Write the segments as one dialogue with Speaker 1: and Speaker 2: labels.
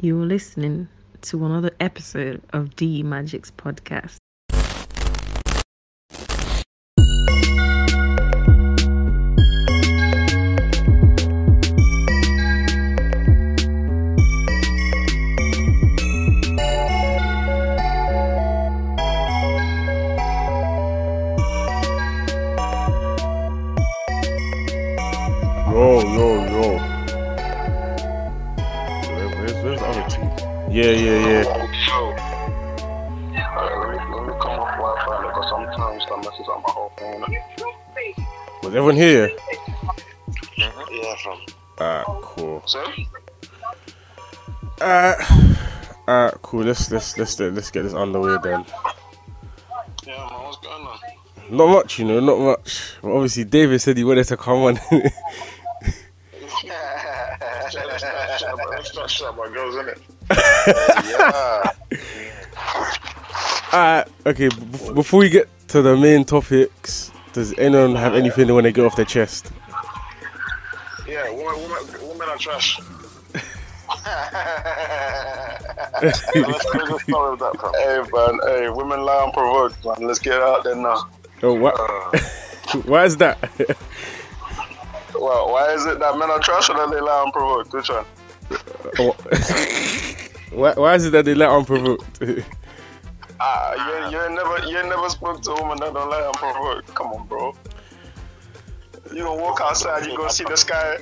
Speaker 1: You're listening to another episode of D Magic's podcast.
Speaker 2: Yo, yo, yo. Where- Where's, where's the other two? Yeah, yeah, yeah.
Speaker 3: Alright, let me, let me come off Wi-Fi because sometimes that messes up my whole phone.
Speaker 2: Was everyone here?
Speaker 3: Yeah, from.
Speaker 2: Alright, cool.
Speaker 3: So?
Speaker 2: Alright. Alright, cool. Let's let's let's let's get this underway then.
Speaker 3: Yeah, man, what's going on?
Speaker 2: Not much, you know, not much. But obviously, David said he wanted to come on.
Speaker 3: Let's not shut my girls, innit? yeah.
Speaker 2: Alright, okay. Bef- before we get to the main topics, does anyone have anything they want to get off their chest?
Speaker 3: Yeah, women, women, women are trash. hey man, hey, women lie unprovoked, man. Let's get out there now.
Speaker 2: Oh, what? Why is that?
Speaker 3: Well, why is it that men are trash or that they lie unprovoked? Which one?
Speaker 2: Oh, why, why is it that they let unprovoked?
Speaker 3: Ah, you, you ain't never you ain't never spoke to a woman that don't like unprovoked. Come on, bro. You gonna walk outside, you gonna see the sky.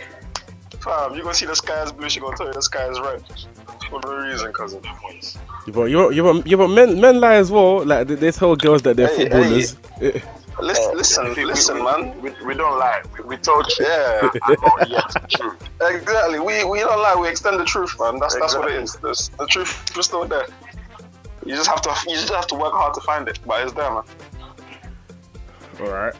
Speaker 3: Fam, you gonna see the sky is blue, she gonna tell you the sky is red. For no reason, cause of points.
Speaker 2: But you're, you're, you're, but men, men lie as well. Like they, they tell girls that they're
Speaker 3: Hey, hey.
Speaker 2: footballers. Eh,
Speaker 3: Listen, Oh. listen, listen, man. We, we don't lie. We, we told you. Yeah. oh, yes, true. Exactly. We we don't lie. We extend the truth, man. That's that's what it is. The, the truth is still there. You just have to you just have to work hard to find it, but it's there, man.
Speaker 2: All right.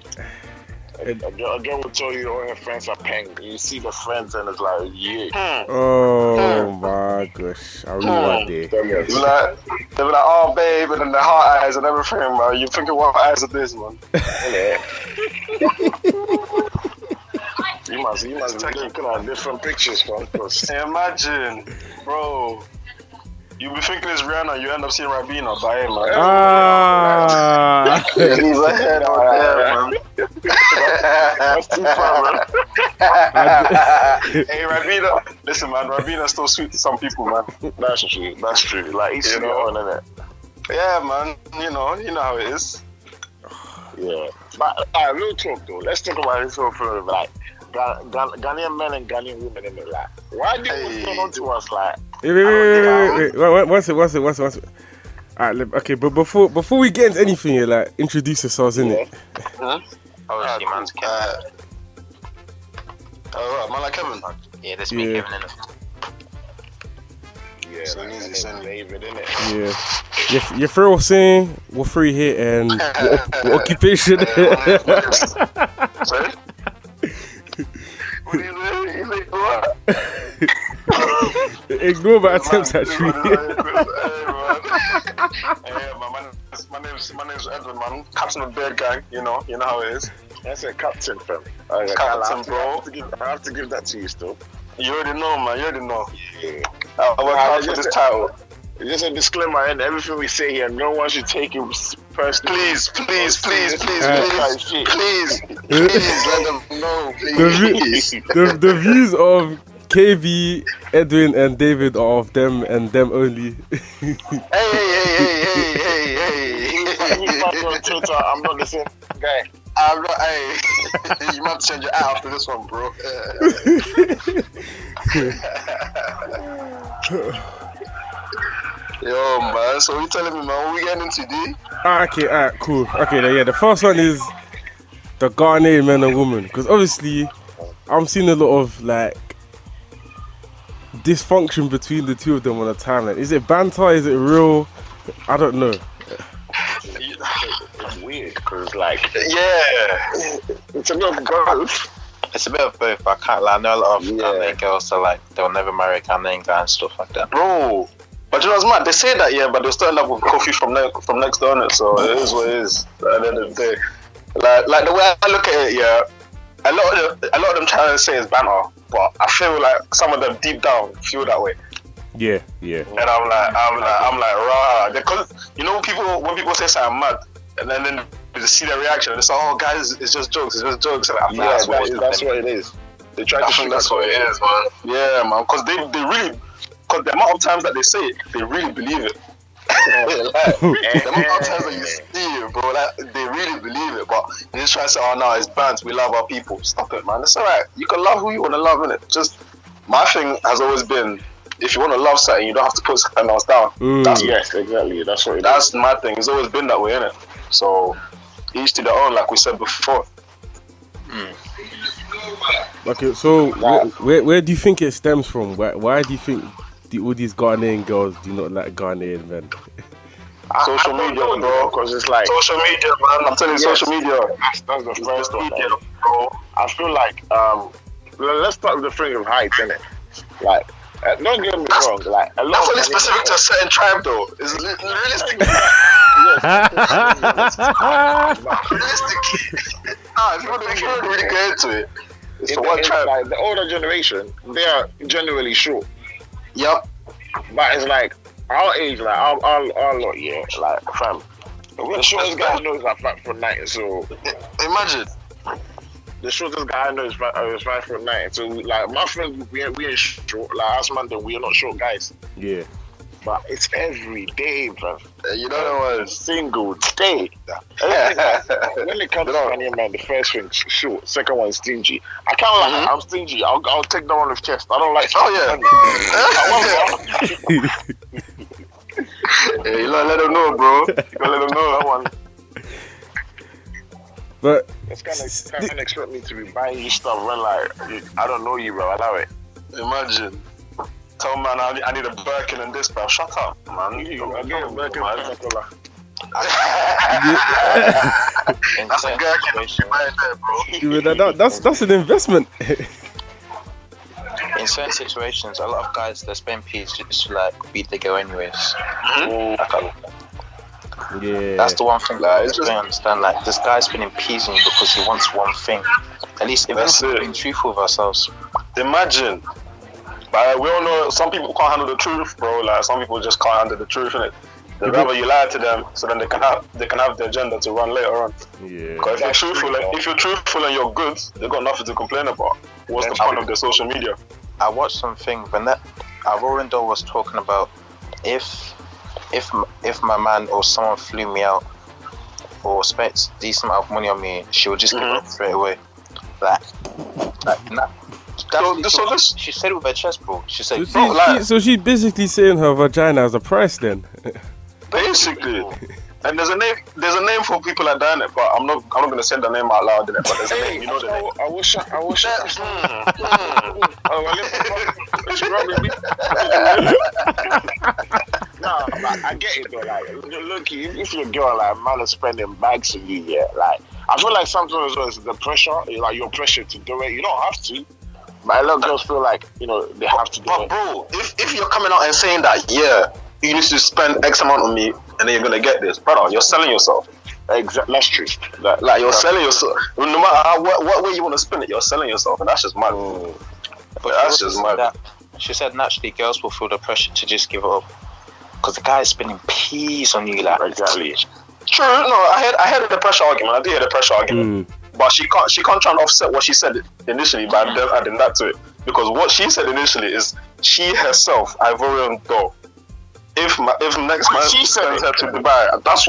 Speaker 4: A girl, a girl will tell you all her friends are paying. You see the friends and it's like, yeah.
Speaker 2: Oh
Speaker 3: Ah.
Speaker 2: my gosh, I really want that.
Speaker 4: Tell me
Speaker 3: They be like, they be like, oh babe, and then the heart eyes and everything, man. You thinking what eyes are this, man?
Speaker 4: You must, you must be looking at different pictures, man. 'cause
Speaker 3: Imagine, bro. You be thinking it's Rihanna, you end up seeing Rabina, but hey, man.
Speaker 2: Ah,
Speaker 3: He's ahead out there, man.
Speaker 4: That's too far, man.
Speaker 3: Hey, Rabina, listen, man. Rabina's still sweet to some people, man.
Speaker 4: That's true. That's true. Like, it's
Speaker 3: You
Speaker 4: you
Speaker 3: know?
Speaker 4: know, on innit?
Speaker 3: Yeah, man. You know, you know how it is.
Speaker 4: Yeah. But, uh, real talk, though. Let's talk about this whole thing of, like, Ga- Ga- Ghanaian men and Ghanaian women, innit? Like, why do
Speaker 3: Hey.
Speaker 4: you turn on to us, like,
Speaker 2: wait, wait, wait, wait, wait, wait. Wait, wait, One sec, one sec, one sec, one sec. All right, let- okay, but before before we get into anything, here, like introduce yourselves, innit?
Speaker 4: Ah,
Speaker 5: Obviously, man's Kevin.
Speaker 3: Uh, all Oh, right, man, like Kevin.
Speaker 5: yeah, this week
Speaker 2: yeah.
Speaker 5: Kevin in the
Speaker 4: yeah,
Speaker 3: an
Speaker 4: like,
Speaker 3: easy
Speaker 4: and
Speaker 3: send.
Speaker 4: David, innit?
Speaker 2: Yeah. Your, your friend was saying we're free here and your, op- your occupation.
Speaker 3: Sorry? What do you say? You say what?
Speaker 2: Ignore my attempts at
Speaker 3: Hey,
Speaker 2: tree.
Speaker 3: man. Hey, man. My name's- my name's my name's Edwin, man. Captain of Bear Gang. You know, you know how it is.
Speaker 4: That's a captain, fam. I,
Speaker 3: Captain,
Speaker 4: I, have to,
Speaker 3: bro.
Speaker 4: I, have to give, I have to give that to you, still.
Speaker 3: You already know, man. You already know.
Speaker 4: Yeah.
Speaker 3: I I work
Speaker 4: Nah,
Speaker 3: hard for
Speaker 4: just
Speaker 3: this
Speaker 4: a-
Speaker 3: title.
Speaker 4: Just a disclaimer, and everything we say here, no one should take it personally.
Speaker 3: Please, please, please, please,
Speaker 2: Uh,
Speaker 3: please, please, please, let them know,
Speaker 2: the, vi-
Speaker 3: please.
Speaker 2: the, the views of KB, Edwin, and David are of them and them only.
Speaker 3: Hey, hey, hey, hey, hey, hey,
Speaker 4: You find me
Speaker 3: hey.
Speaker 4: on Twitter, I'm not the same guy.
Speaker 3: I'm not, hey, you might have to change your eye after this one, bro. Yo, man, so you telling me, man, what we getting into, D?
Speaker 2: Ah, okay, alright, cool. Okay, then, yeah, the first one is the Ghanaian man and woman. Because obviously, I'm seeing a lot of like dysfunction between the two of them on a timeline. Is it banter? Is it real? I don't know.
Speaker 4: It's weird because, like,
Speaker 3: Yeah.
Speaker 4: it's a bit of growth.
Speaker 5: It's a bit of both. I can't lie. I know a lot of
Speaker 4: Yeah.
Speaker 5: Ghanaian girls are like, they'll never marry a Ghanaian guy and stuff like that.
Speaker 3: Bro. But you know what's mad? They say that, yeah, but they'll still end up with coffee from, ne- from next door, innit? So it is what it is at the end of the day. Like, like the way I look at it, yeah, a lot of the, a lot of them trying to say it's banter, but I feel like some of them deep down feel that way.
Speaker 2: Yeah, yeah.
Speaker 3: And I'm like, I'm like, I'm like, rah. Because you know, when people when people say something mad, and then, then they see their reaction, it's like, oh, guys, it's just jokes, it's just jokes. And I think
Speaker 4: Yeah,
Speaker 3: that's what it
Speaker 4: that is,
Speaker 3: is.
Speaker 4: that's what it is. They try
Speaker 3: I
Speaker 4: to
Speaker 3: think that's what it
Speaker 4: sugarcoat
Speaker 3: is, man. Yeah, man. Because they, they really, because the amount of times that they say it, they really believe it. like, the amount of times that you see it, bro, like, they really believe it. But they just try to say, oh, no, it's bands. We love our people. Stop it, man. It's all right. You can love who you want to love, innit? Just, my thing has always been, if you want to love something, you don't have to put something else down.
Speaker 2: Mm.
Speaker 3: That's,
Speaker 4: Yes, exactly. That's what it is.
Speaker 3: that's my thing. It's always been that way, innit? So, each to their own, like we said before.
Speaker 2: Okay, so wh- where where do you think it stems from? Why why do you think the, all these Ghanaian girls do not like Ghanaian men?
Speaker 4: social media, bro. Because it's like
Speaker 3: Social media, man. I'm telling you,
Speaker 4: Yes.
Speaker 3: social media.
Speaker 4: that's, that's the first one.
Speaker 3: media,
Speaker 4: man.
Speaker 3: bro.
Speaker 4: I feel like um, well, let's start with the thing of height, innit? Like, uh, don't get me wrong. Like a lot.
Speaker 3: That's
Speaker 4: of
Speaker 3: only
Speaker 4: Ghanaian-
Speaker 3: specific to a certain tribe, though. It's li- realistically, realistically. ah, if you want to really get into it, it's
Speaker 4: in
Speaker 3: for
Speaker 4: the-
Speaker 3: one
Speaker 4: in,
Speaker 3: tribe.
Speaker 4: like, the older generation, they are generally short.
Speaker 3: Yep.
Speaker 4: But it's like our age, like our our, our lot, yeah. Like fam, we're the shortest guy I know is like five foot nine. So
Speaker 3: Imagine.
Speaker 4: the shortest guy I know is five, uh, is five foot nine. So like my friends, we ain't- we ain't short. Like us, man, we are not short guys.
Speaker 2: Yeah.
Speaker 4: But it's every day, bro.
Speaker 3: Uh, You know what it was?
Speaker 4: Single day. when it comes to Ghanaian man, the first thing sh- short, second one stingy. I can't lie, I'm stingy. I'll, I'll take that one with chest. I don't like.
Speaker 3: Oh, yeah. hey, you gotta let them know, bro. You gotta let them know that one.
Speaker 2: But
Speaker 4: It's kind of can't expect me to be buying you stuff when like you- I don't know you, bro. Allow it.
Speaker 3: Imagine. Tell man I need, I need a Birkin and this, bro. Shut up, man.
Speaker 4: You- again, back in Coca-Cola.
Speaker 5: In
Speaker 3: That's a
Speaker 5: certain
Speaker 3: girl can
Speaker 5: situations-
Speaker 3: right there, bro.
Speaker 2: even that, that- that's that's an investment.
Speaker 5: in certain situations, a lot of guys that spend peas just like beat the girl anyways. Like, uh,
Speaker 2: yeah.
Speaker 5: That's the one thing that I
Speaker 3: Like, it's
Speaker 5: don't understand. Like this guy's been impeding you because he wants one thing. At least if
Speaker 3: That's
Speaker 5: we're
Speaker 3: it.
Speaker 5: being truthful with ourselves,
Speaker 3: imagine. But we all know some people can't handle the truth, bro. Like some people just can't handle the truth, innit? They rather you lie to them, so then they can have they can have the agenda to run later on.
Speaker 2: yeah.
Speaker 3: Because if you're
Speaker 4: That's
Speaker 3: truthful,
Speaker 4: true,
Speaker 3: and,
Speaker 4: bro.
Speaker 3: if you're truthful and you're good, they've got nothing to complain about. What's the
Speaker 4: That's
Speaker 3: point
Speaker 4: true.
Speaker 3: of the social media?
Speaker 5: I watched something when that uh, Roaring Door was talking about if if m- if my man or someone flew me out or spent a decent amount of money on me, she would just give
Speaker 3: Mhm.
Speaker 5: up straight away. Like, like nah.
Speaker 3: So-
Speaker 5: That's-
Speaker 3: so this-
Speaker 5: she said it with her chest, bro. She
Speaker 2: So
Speaker 5: said,
Speaker 2: she-
Speaker 5: bro, like,
Speaker 2: she- so she's basically saying her vagina as a price then.
Speaker 3: Basically. And there's a name there's a name for people like that, innit? But I'm not I'm not gonna say the name out loud, innit? But there's a name, you know the name.
Speaker 4: I wish I, I wish I. Oh, well, let's- let's rub it in. Nah, like, I get it though. Like, look, if, if your girl like man is spending bags on you, yeah, like I feel like sometimes as well is the pressure, like your pressure to do it. You don't have to, but a lot of girls feel like you know they have to do
Speaker 3: But
Speaker 4: it.
Speaker 3: bro, if, if you're coming out and saying that, yeah, you need to spend X amount on me and then you're gonna get this, brother, you're selling yourself.
Speaker 4: Exactly, that's true. Like,
Speaker 3: Like you're selling yourself. No matter how, what, what way you want to spin it, you're selling yourself, and that's just mad.
Speaker 5: But
Speaker 3: That's
Speaker 5: she also
Speaker 3: just
Speaker 5: said
Speaker 3: mad.
Speaker 5: that- She said naturally girls will feel the pressure to just give it up. Because the guy's spending peas on you, like
Speaker 4: Exactly.
Speaker 3: True. No, I heard I heard the pressure argument. I did hear the pressure argument, but she can't she can't try and offset what she said initially by then adding that to it because what she said initially is she herself Ivorian doll. If my if next man
Speaker 4: she said
Speaker 3: sends
Speaker 4: it.
Speaker 3: her to Dubai, that's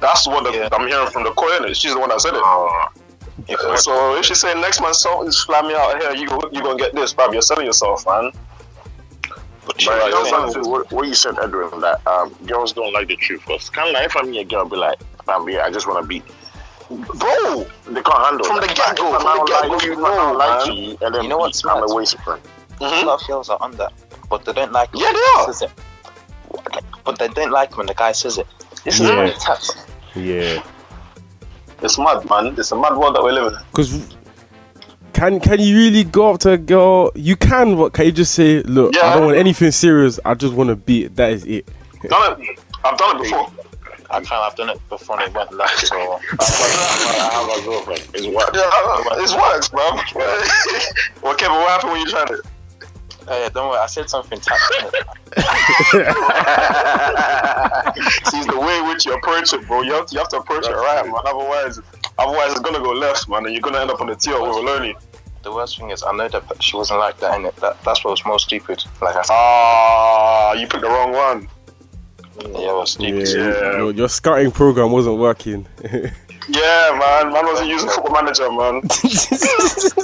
Speaker 3: that's what the,
Speaker 5: Yeah.
Speaker 3: I'm hearing from the coin. She's the one that said it.
Speaker 5: If
Speaker 3: So if she say next man song is fly me out here, you go- you gonna get this, bruv. You're selling yourself, man.
Speaker 5: but
Speaker 4: But
Speaker 3: Right,
Speaker 4: you know
Speaker 3: yeah.
Speaker 4: something, what, what you said, Edwin, that um, girls don't like the truth. Because kind of like if I'm your girl, be like, fam, yeah, I just want to be.
Speaker 3: Bro,
Speaker 4: They can't handle
Speaker 3: From
Speaker 4: that.
Speaker 3: the get-go,
Speaker 4: If I
Speaker 3: from the
Speaker 4: don't
Speaker 3: get-go,
Speaker 4: like
Speaker 3: you
Speaker 4: if I don't
Speaker 3: know,
Speaker 4: like
Speaker 3: man.
Speaker 4: you, and then
Speaker 5: You know what's
Speaker 4: I'm
Speaker 5: mad?
Speaker 4: a waste of friend.
Speaker 5: a lot of girls are on that, but Mm-hmm. they don't like
Speaker 3: Yeah, they are.
Speaker 5: Says it. But they don't like when the guy says it. This is
Speaker 2: Yeah.
Speaker 5: really tough.
Speaker 2: Yeah.
Speaker 3: it's mad, man. It's a mad world that we live in.
Speaker 2: Because can can you really go up to a girl? You can, but can you just say, look, I
Speaker 3: Yeah.
Speaker 2: don't want anything serious. I just want to beat. That is it.
Speaker 3: Done it. I've done it before.
Speaker 5: I can't. I've done it before and it went left. So uh,
Speaker 4: I have a girlfriend. It's what?
Speaker 3: Yeah, I know. it's works, bro. well, Kevin, what happened when you tried it?
Speaker 5: Oh, yeah, don't worry. I said something. Tap.
Speaker 3: See, it's the way in which you approach it, bro. You have to, you have to approach it right, man. Otherwise, otherwise it's gonna go left, man, and you're gonna end up on the tier with Lonely.
Speaker 5: the worst thing is, I know that she wasn't like that in it. That, that's what was more stupid. Like I said,
Speaker 3: Ah, you picked the wrong one.
Speaker 5: yeah, it was
Speaker 2: Yeah,
Speaker 5: stupid.
Speaker 3: Yeah.
Speaker 2: Your, your scouting program wasn't working.
Speaker 3: Yeah, man. Man wasn't using Football Manager, man.
Speaker 4: just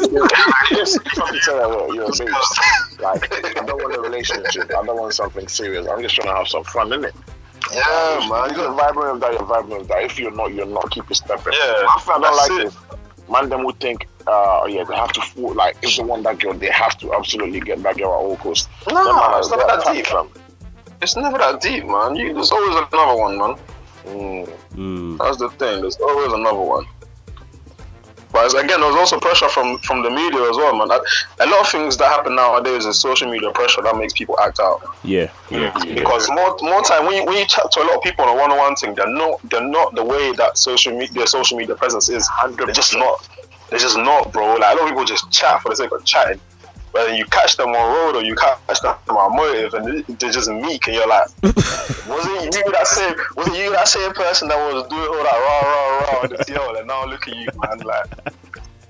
Speaker 4: fucking tell her what you're saying. Like, I don't want a relationship. I don't want something serious. I'm just trying to have some fun, innit?
Speaker 3: Yeah, man.
Speaker 4: You got vibrant with that, you're vibrant with that. If you're not, you're not. Keep it stepping.
Speaker 3: Yeah,
Speaker 4: I feel I don't
Speaker 3: that's
Speaker 4: like
Speaker 3: it.
Speaker 4: this. Man, them would think, uh, yeah, they have to, fool, like, if they want that girl, they have to absolutely get that girl at all costs.
Speaker 3: No,
Speaker 4: Them man
Speaker 3: it's
Speaker 4: are-
Speaker 3: not
Speaker 4: they're
Speaker 3: that
Speaker 4: tight,
Speaker 3: deep.
Speaker 4: fam.
Speaker 3: It's never that deep, man. You, there's always another one, man.
Speaker 2: Mm.
Speaker 3: That's the thing. There's always another one. But it's, again, there's also pressure from from the media as well, man. I, a lot of things that happen nowadays is social media pressure that makes people act out.
Speaker 2: Yeah, yeah,
Speaker 3: Because more more time when you, when you chat to a lot of people on a one-on-one thing, they're not they're not the way that social media their social media presence is. They're just not. They're just not, bro. Like a lot of people just chat for the sake of chatting. Whether you catch them on road or you catch them on motive, and they- they're just meek, and you're like, was it you that same? Was it you that same person that was doing all that rah rah rah on the TL, and now look at you, man? Like,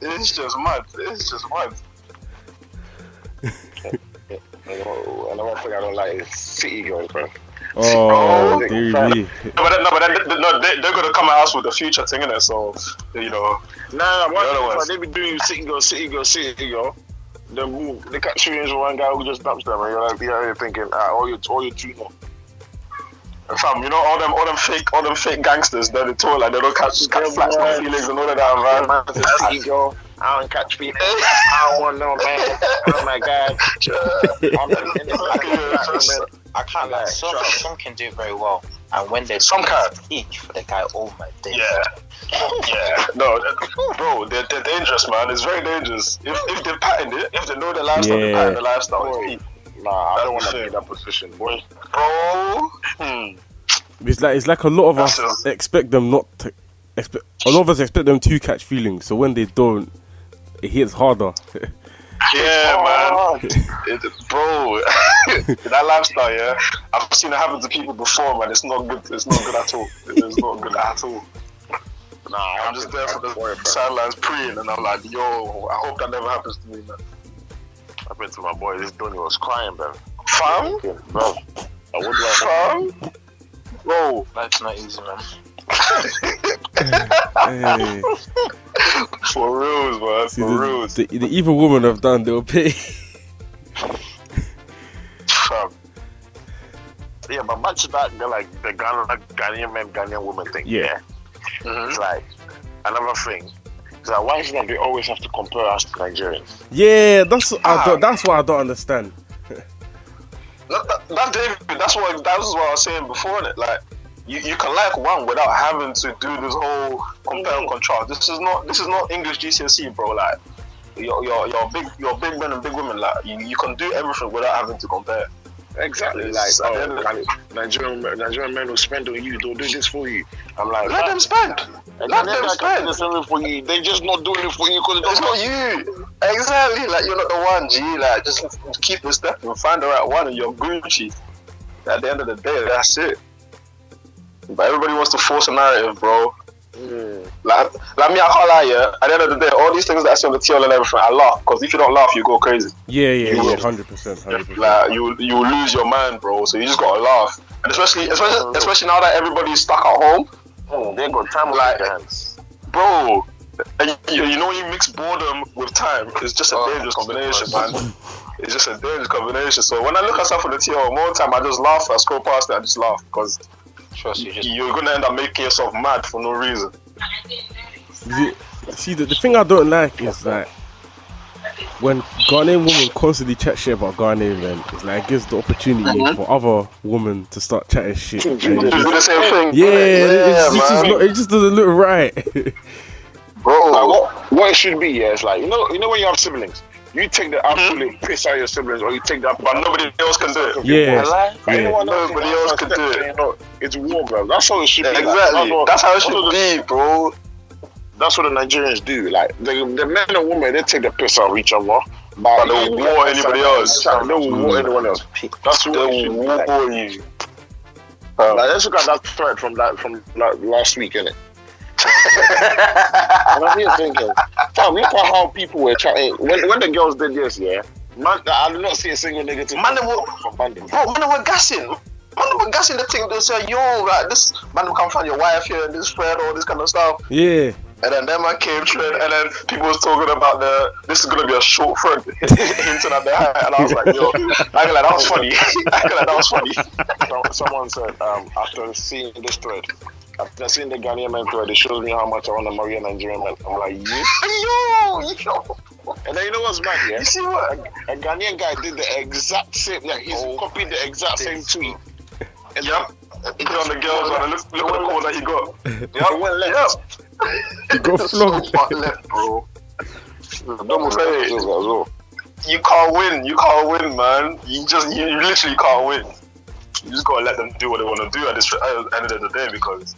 Speaker 3: it's just mad. It's just mad.
Speaker 4: You know, Another thing I don't like is city girls, bro.
Speaker 2: Oh,
Speaker 3: Oh,
Speaker 2: Dairy
Speaker 4: fuck.
Speaker 2: Lee.
Speaker 3: No, but then, no, but then, they- no, they, they're gonna come at us with the future thing, innit? So, you know,
Speaker 4: Nah, nah,
Speaker 3: The other
Speaker 4: one
Speaker 3: ones.
Speaker 4: thing, they be doing you city girl, city girl, city girl. They move, they catch you with one guy who just dumps them, and you're like, yeah, you're thinking, ah, all you, all you two know.
Speaker 3: Fam, you know all them, all them fake, all them fake gangsters. They're the tour, like they don't catch, catch
Speaker 4: Yeah,
Speaker 3: flats
Speaker 4: boy.
Speaker 3: and feelings and all of that, man.
Speaker 4: man, it's a city girl. I don't catch people. I don't want no man. Oh my god. I'm not in this
Speaker 3: Yeah,
Speaker 4: fucking man.
Speaker 5: I can't lie. Some,
Speaker 4: Sure.
Speaker 5: some can do it very well, and when they
Speaker 3: Some can.
Speaker 5: each for the guy, oh my days.
Speaker 3: Yeah, yeah. No, bro, they're, they're dangerous, man. It's very dangerous. If, if they pattern it, if they know the lifestyle, they
Speaker 2: Yeah.
Speaker 3: pattern the lifestyle. It's deep.
Speaker 4: Nah, I don't want
Speaker 3: That's
Speaker 4: to be
Speaker 3: it.
Speaker 4: in that position, boy.
Speaker 3: Bro, hmm.
Speaker 2: It's like it's like a lot of
Speaker 3: That's
Speaker 2: us expect them not to expect. A lot of us expect them to catch feelings, so when they don't, it hits harder.
Speaker 3: yeah, man.
Speaker 4: Oh.
Speaker 3: It, bro, that lifestyle, yeah. I've seen it happen to people before, man. It's not good. It's not good at all. It's not good at all.
Speaker 4: Nah,
Speaker 3: I'm just there for the sidelines praying, and I'm like, yo, I hope that never happens to me, man.
Speaker 4: happened to my boy. This Donny was crying, bro.
Speaker 3: Fam,
Speaker 4: Okay, bro. I would like
Speaker 3: fam, bro,
Speaker 5: Life's not easy, man.
Speaker 2: Hey,
Speaker 3: for reals, man,
Speaker 2: see,
Speaker 3: for
Speaker 2: the,
Speaker 3: reals,
Speaker 2: the, the evil woman have done their pay.
Speaker 3: fam.
Speaker 4: Yeah, but back to that, they're like the Ghana, Ghanaian men, Ghanaian women thing.
Speaker 2: Yeah.
Speaker 4: It's like another thing. It's like, why is it that they always have to compare us to Nigerians?
Speaker 2: Yeah, that's I don't, that's what I don't understand.
Speaker 3: That, that, that David, that's what that was what I was saying before. It like you, you can like one without having to do this whole compare and contrast. This is not this is not English GCSE, E, bro. Like your your your big your big men and big women. Like you, you can do everything without having to compare.
Speaker 4: Exactly.
Speaker 3: It's
Speaker 4: Like,
Speaker 3: so-
Speaker 4: oh, like, Nigerian, Nigerian men will spend on you. They'll do this for you. I'm like,
Speaker 3: Let them spend.
Speaker 4: And
Speaker 3: Let
Speaker 4: then
Speaker 3: them
Speaker 4: I can do
Speaker 3: spend.
Speaker 4: this only for you. They just not doing it for you because
Speaker 3: It's not you. Exactly. Like you're not the one, G. Like just keep the step and find the right one, and you're Gucci. At the end of the day, that's it. But everybody wants to force a narrative, bro. Like, like me, I can't lie, yeah. At the end of the day, all these things that I see on the TL and everything, I laugh because if you don't laugh, you go crazy.
Speaker 2: Yeah, yeah,
Speaker 3: You
Speaker 2: yeah,
Speaker 3: will.
Speaker 2: hundred percent, hundred percent.
Speaker 3: Like you, you lose your mind, bro. So you just gotta laugh, and especially, especially, especially now that everybody's stuck at home,
Speaker 4: They got time on
Speaker 3: Like-
Speaker 4: their hands.
Speaker 3: bro. And you, you know when you mix boredom with time, it's just a
Speaker 5: Oh,
Speaker 3: dangerous combination,
Speaker 5: of course.
Speaker 3: man. It's just a dangerous combination. So when I look at stuff on the TL, more time I just laugh. I scroll past it, I just laugh because
Speaker 5: Trust you, just
Speaker 3: you're gonna end up making yourself mad for no reason.
Speaker 2: See, see, the, the thing I don't like is that when Ghanaian women constantly chat shit about Ghanaian men, it's like it gives the opportunity for other women to start chatting shit. And
Speaker 3: You do
Speaker 2: it's just-
Speaker 3: the same thing.
Speaker 2: yeah, it's, it's just
Speaker 3: man.
Speaker 2: not, it just doesn't look right.
Speaker 4: Like, what, what it should be, yeah, it's like, you know, you know when you have siblings, you take the absolute piss out of your siblings, or you take that,
Speaker 3: But nobody else can do it.
Speaker 2: yeah,
Speaker 4: But
Speaker 2: yeah.
Speaker 4: anyone else,
Speaker 3: Nobody else could do it.
Speaker 4: You know, it's war, bro. That's how it should be. like.
Speaker 3: Exactly.
Speaker 4: That's how-
Speaker 3: That's how it
Speaker 4: that's
Speaker 3: should
Speaker 4: how the-
Speaker 3: be, bro.
Speaker 4: That's what the Nigerians do. Like the, the men and women, they take the piss out of each other.
Speaker 3: But they'll war anybody else.
Speaker 4: They will war anyone else. That's what it
Speaker 3: They
Speaker 4: should be
Speaker 3: will
Speaker 4: like.
Speaker 3: war you. Oh.
Speaker 4: Like, let's look at that thread from that from like, last week, innit? and I'm here thinking, fam, look at how people were chatting. When, when the girls did this, yeah, man, I did not see a single negative
Speaker 3: Man, they were-
Speaker 4: from Bandit.
Speaker 3: Bro, man, we're gassing. Man, we're gassing the thing. They'll say, yo, like, this man will come find your wife here and this friend, all this kind of stuff.
Speaker 2: Yeah.
Speaker 3: And then them I came trend, and then people was talking about the this is gonna be a short front hinting at the height, and I was like, yo, I feel like that was funny. I feel like that was funny.
Speaker 4: So, someone said, um, after seeing this thread, after seeing the Ghanaian men thread, it shows me how much I want to marry a Nigerian man. I'm like, you?
Speaker 3: yo, yo,
Speaker 4: And then you know what's mad, yeah?
Speaker 3: you see what? Oh,
Speaker 4: A Ghanaian guy did the exact same, like, he's copied the exact same tweet. And
Speaker 3: Yep. He on the girls, man. and Look, look at the call that he got.
Speaker 4: Yep. He went left.
Speaker 2: You got
Speaker 3: So
Speaker 2: flogged.
Speaker 3: far left, bro.
Speaker 4: Double credit as well.
Speaker 3: You can't win. You can't win, man. You just, you, you literally can't win. You just gotta let them do what they want to do at this at the end of the day because,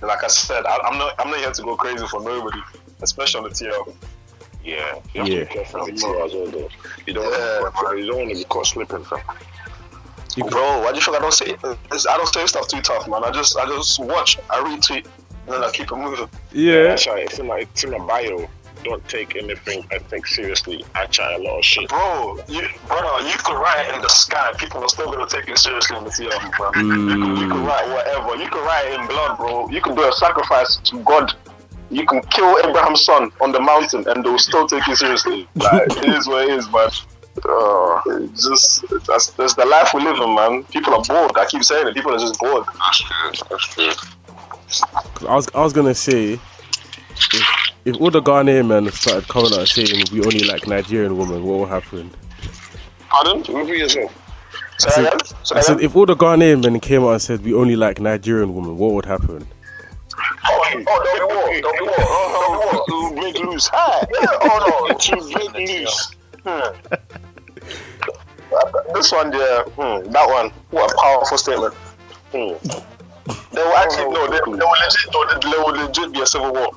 Speaker 3: like I said, I, I'm not, I'm not here to go crazy for nobody, especially on the TL.
Speaker 4: Yeah, you have
Speaker 2: Yeah.
Speaker 4: to be careful with you as well, though. You don't, want to, you don't want to be caught slipping, fam.
Speaker 3: Bro, why do you think I don't say? it's- I don't say stuff too tough, man. I just, I just watch, I retweet, and then I keep it moving.
Speaker 2: Yeah.
Speaker 4: Actually, it's in my, it's in my bio. Don't take anything I think seriously. I try a lot of shit.
Speaker 3: Bro, you, bro, you could write in the sky, people are still gonna take it seriously in the TL, bro. You, could, you could write whatever. You could write in blood, bro. You can do a sacrifice to God. You can kill Abraham's son on the mountain, and they'll still take you seriously. Like, it is what it is, man. Uh, it's just that's, that's the life we live in, man. People are bored. I keep saying it. People are just bored.
Speaker 4: That's true. That's true.
Speaker 2: 'Cause I was I was gonna say if, if all the Ghanaian men started coming out saying we only like Nigerian women, what will happen?
Speaker 4: Pardon? Repeat yourself.
Speaker 3: So,
Speaker 2: said-
Speaker 3: again? So
Speaker 2: I said
Speaker 3: again?
Speaker 2: if all the Ghanaian men came out and said we only like Nigerian women, what would happen?
Speaker 3: oh, oh, don't be war, don't be war. Oh, don't be war.
Speaker 4: To break loose. Hi.
Speaker 3: Hold on.
Speaker 4: To break loose.
Speaker 3: This one, yeah, hmm, that one. What a powerful statement.
Speaker 4: Hmm.
Speaker 3: They will actually no, they, they will legit, no, they, they will legit be a civil war.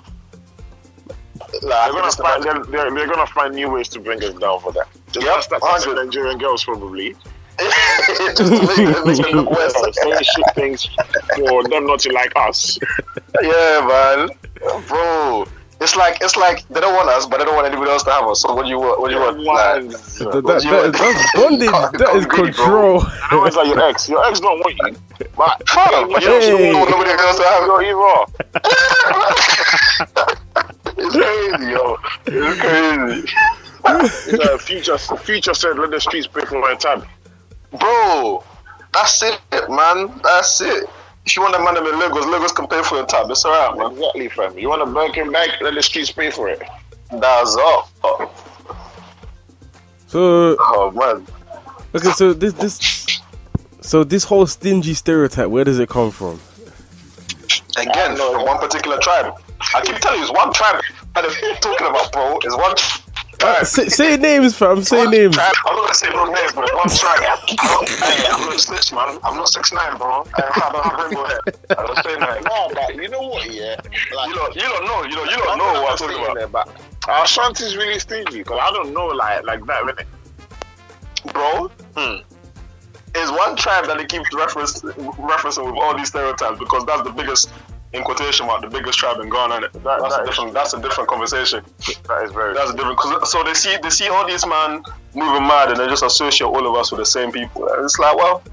Speaker 4: They're gonna find they're, they're, they're gonna find new ways to bring us down for that. They're
Speaker 3: Yep,
Speaker 4: gonna start kissing
Speaker 3: 100.
Speaker 4: Nigerian girls probably.
Speaker 3: Just to make- to make it look worse.
Speaker 4: Uh, saying shit things for them not to like us.
Speaker 3: yeah, man, bro. It's like it's like they don't want us, but they don't want anybody else to have us. So what do you want? What do you want? Like,
Speaker 4: Ones.
Speaker 2: That, that- that- that's bondage. That is control.
Speaker 4: No one's like your ex. Your ex don't want you. But
Speaker 3: Fuck, you don't
Speaker 2: Hey.
Speaker 3: want nobody else to have
Speaker 4: Yo,
Speaker 3: you.
Speaker 4: Evo.
Speaker 3: It's crazy, yo. It's crazy.
Speaker 4: Uh, future, future said, "Let the streets pay for my time."
Speaker 3: Bro, that's it, man. That's it. If you want a man in Lagos, Lagos can pay for your tab. It's alright, man.
Speaker 4: Exactly, fam. You want to break him back? Let the streets pay for it.
Speaker 3: That's all. Oh,
Speaker 2: So
Speaker 3: oh, man.
Speaker 2: okay, so this this so this whole stingy stereotype, where does it come from?
Speaker 3: Again, from one particular tribe. I keep telling you, it's one tribe that they're talking about, bro. It's one
Speaker 2: Uh,
Speaker 3: tribe.
Speaker 2: say, say names, fam. Say
Speaker 3: One
Speaker 2: names.
Speaker 3: tribe. I'm not gonna say no names, but it's one tribe. I don't- hey, I'm not snitch, man. I'm not six nine, bro. I don't have a rainbow head. I don't say nothing.
Speaker 4: No, Oh, but you know what? Yeah, like
Speaker 3: You don't, you don't know. You don't, you don't know what I'm talking about.
Speaker 4: But our shanty's really stingy because I don't know, like like that. Really.
Speaker 3: bro. Is one tribe that they keep reference, referencing with all these stereotypes because that's the biggest, in quotation mark, the biggest tribe in Ghana. innit?
Speaker 4: That-
Speaker 3: that's,
Speaker 4: that
Speaker 3: a
Speaker 4: is-
Speaker 3: different, that's a different conversation.
Speaker 4: That is very.
Speaker 3: That's a different. Cause, so they see they see all these man moving mad and they just associate all of us with the same people. And it's like, well,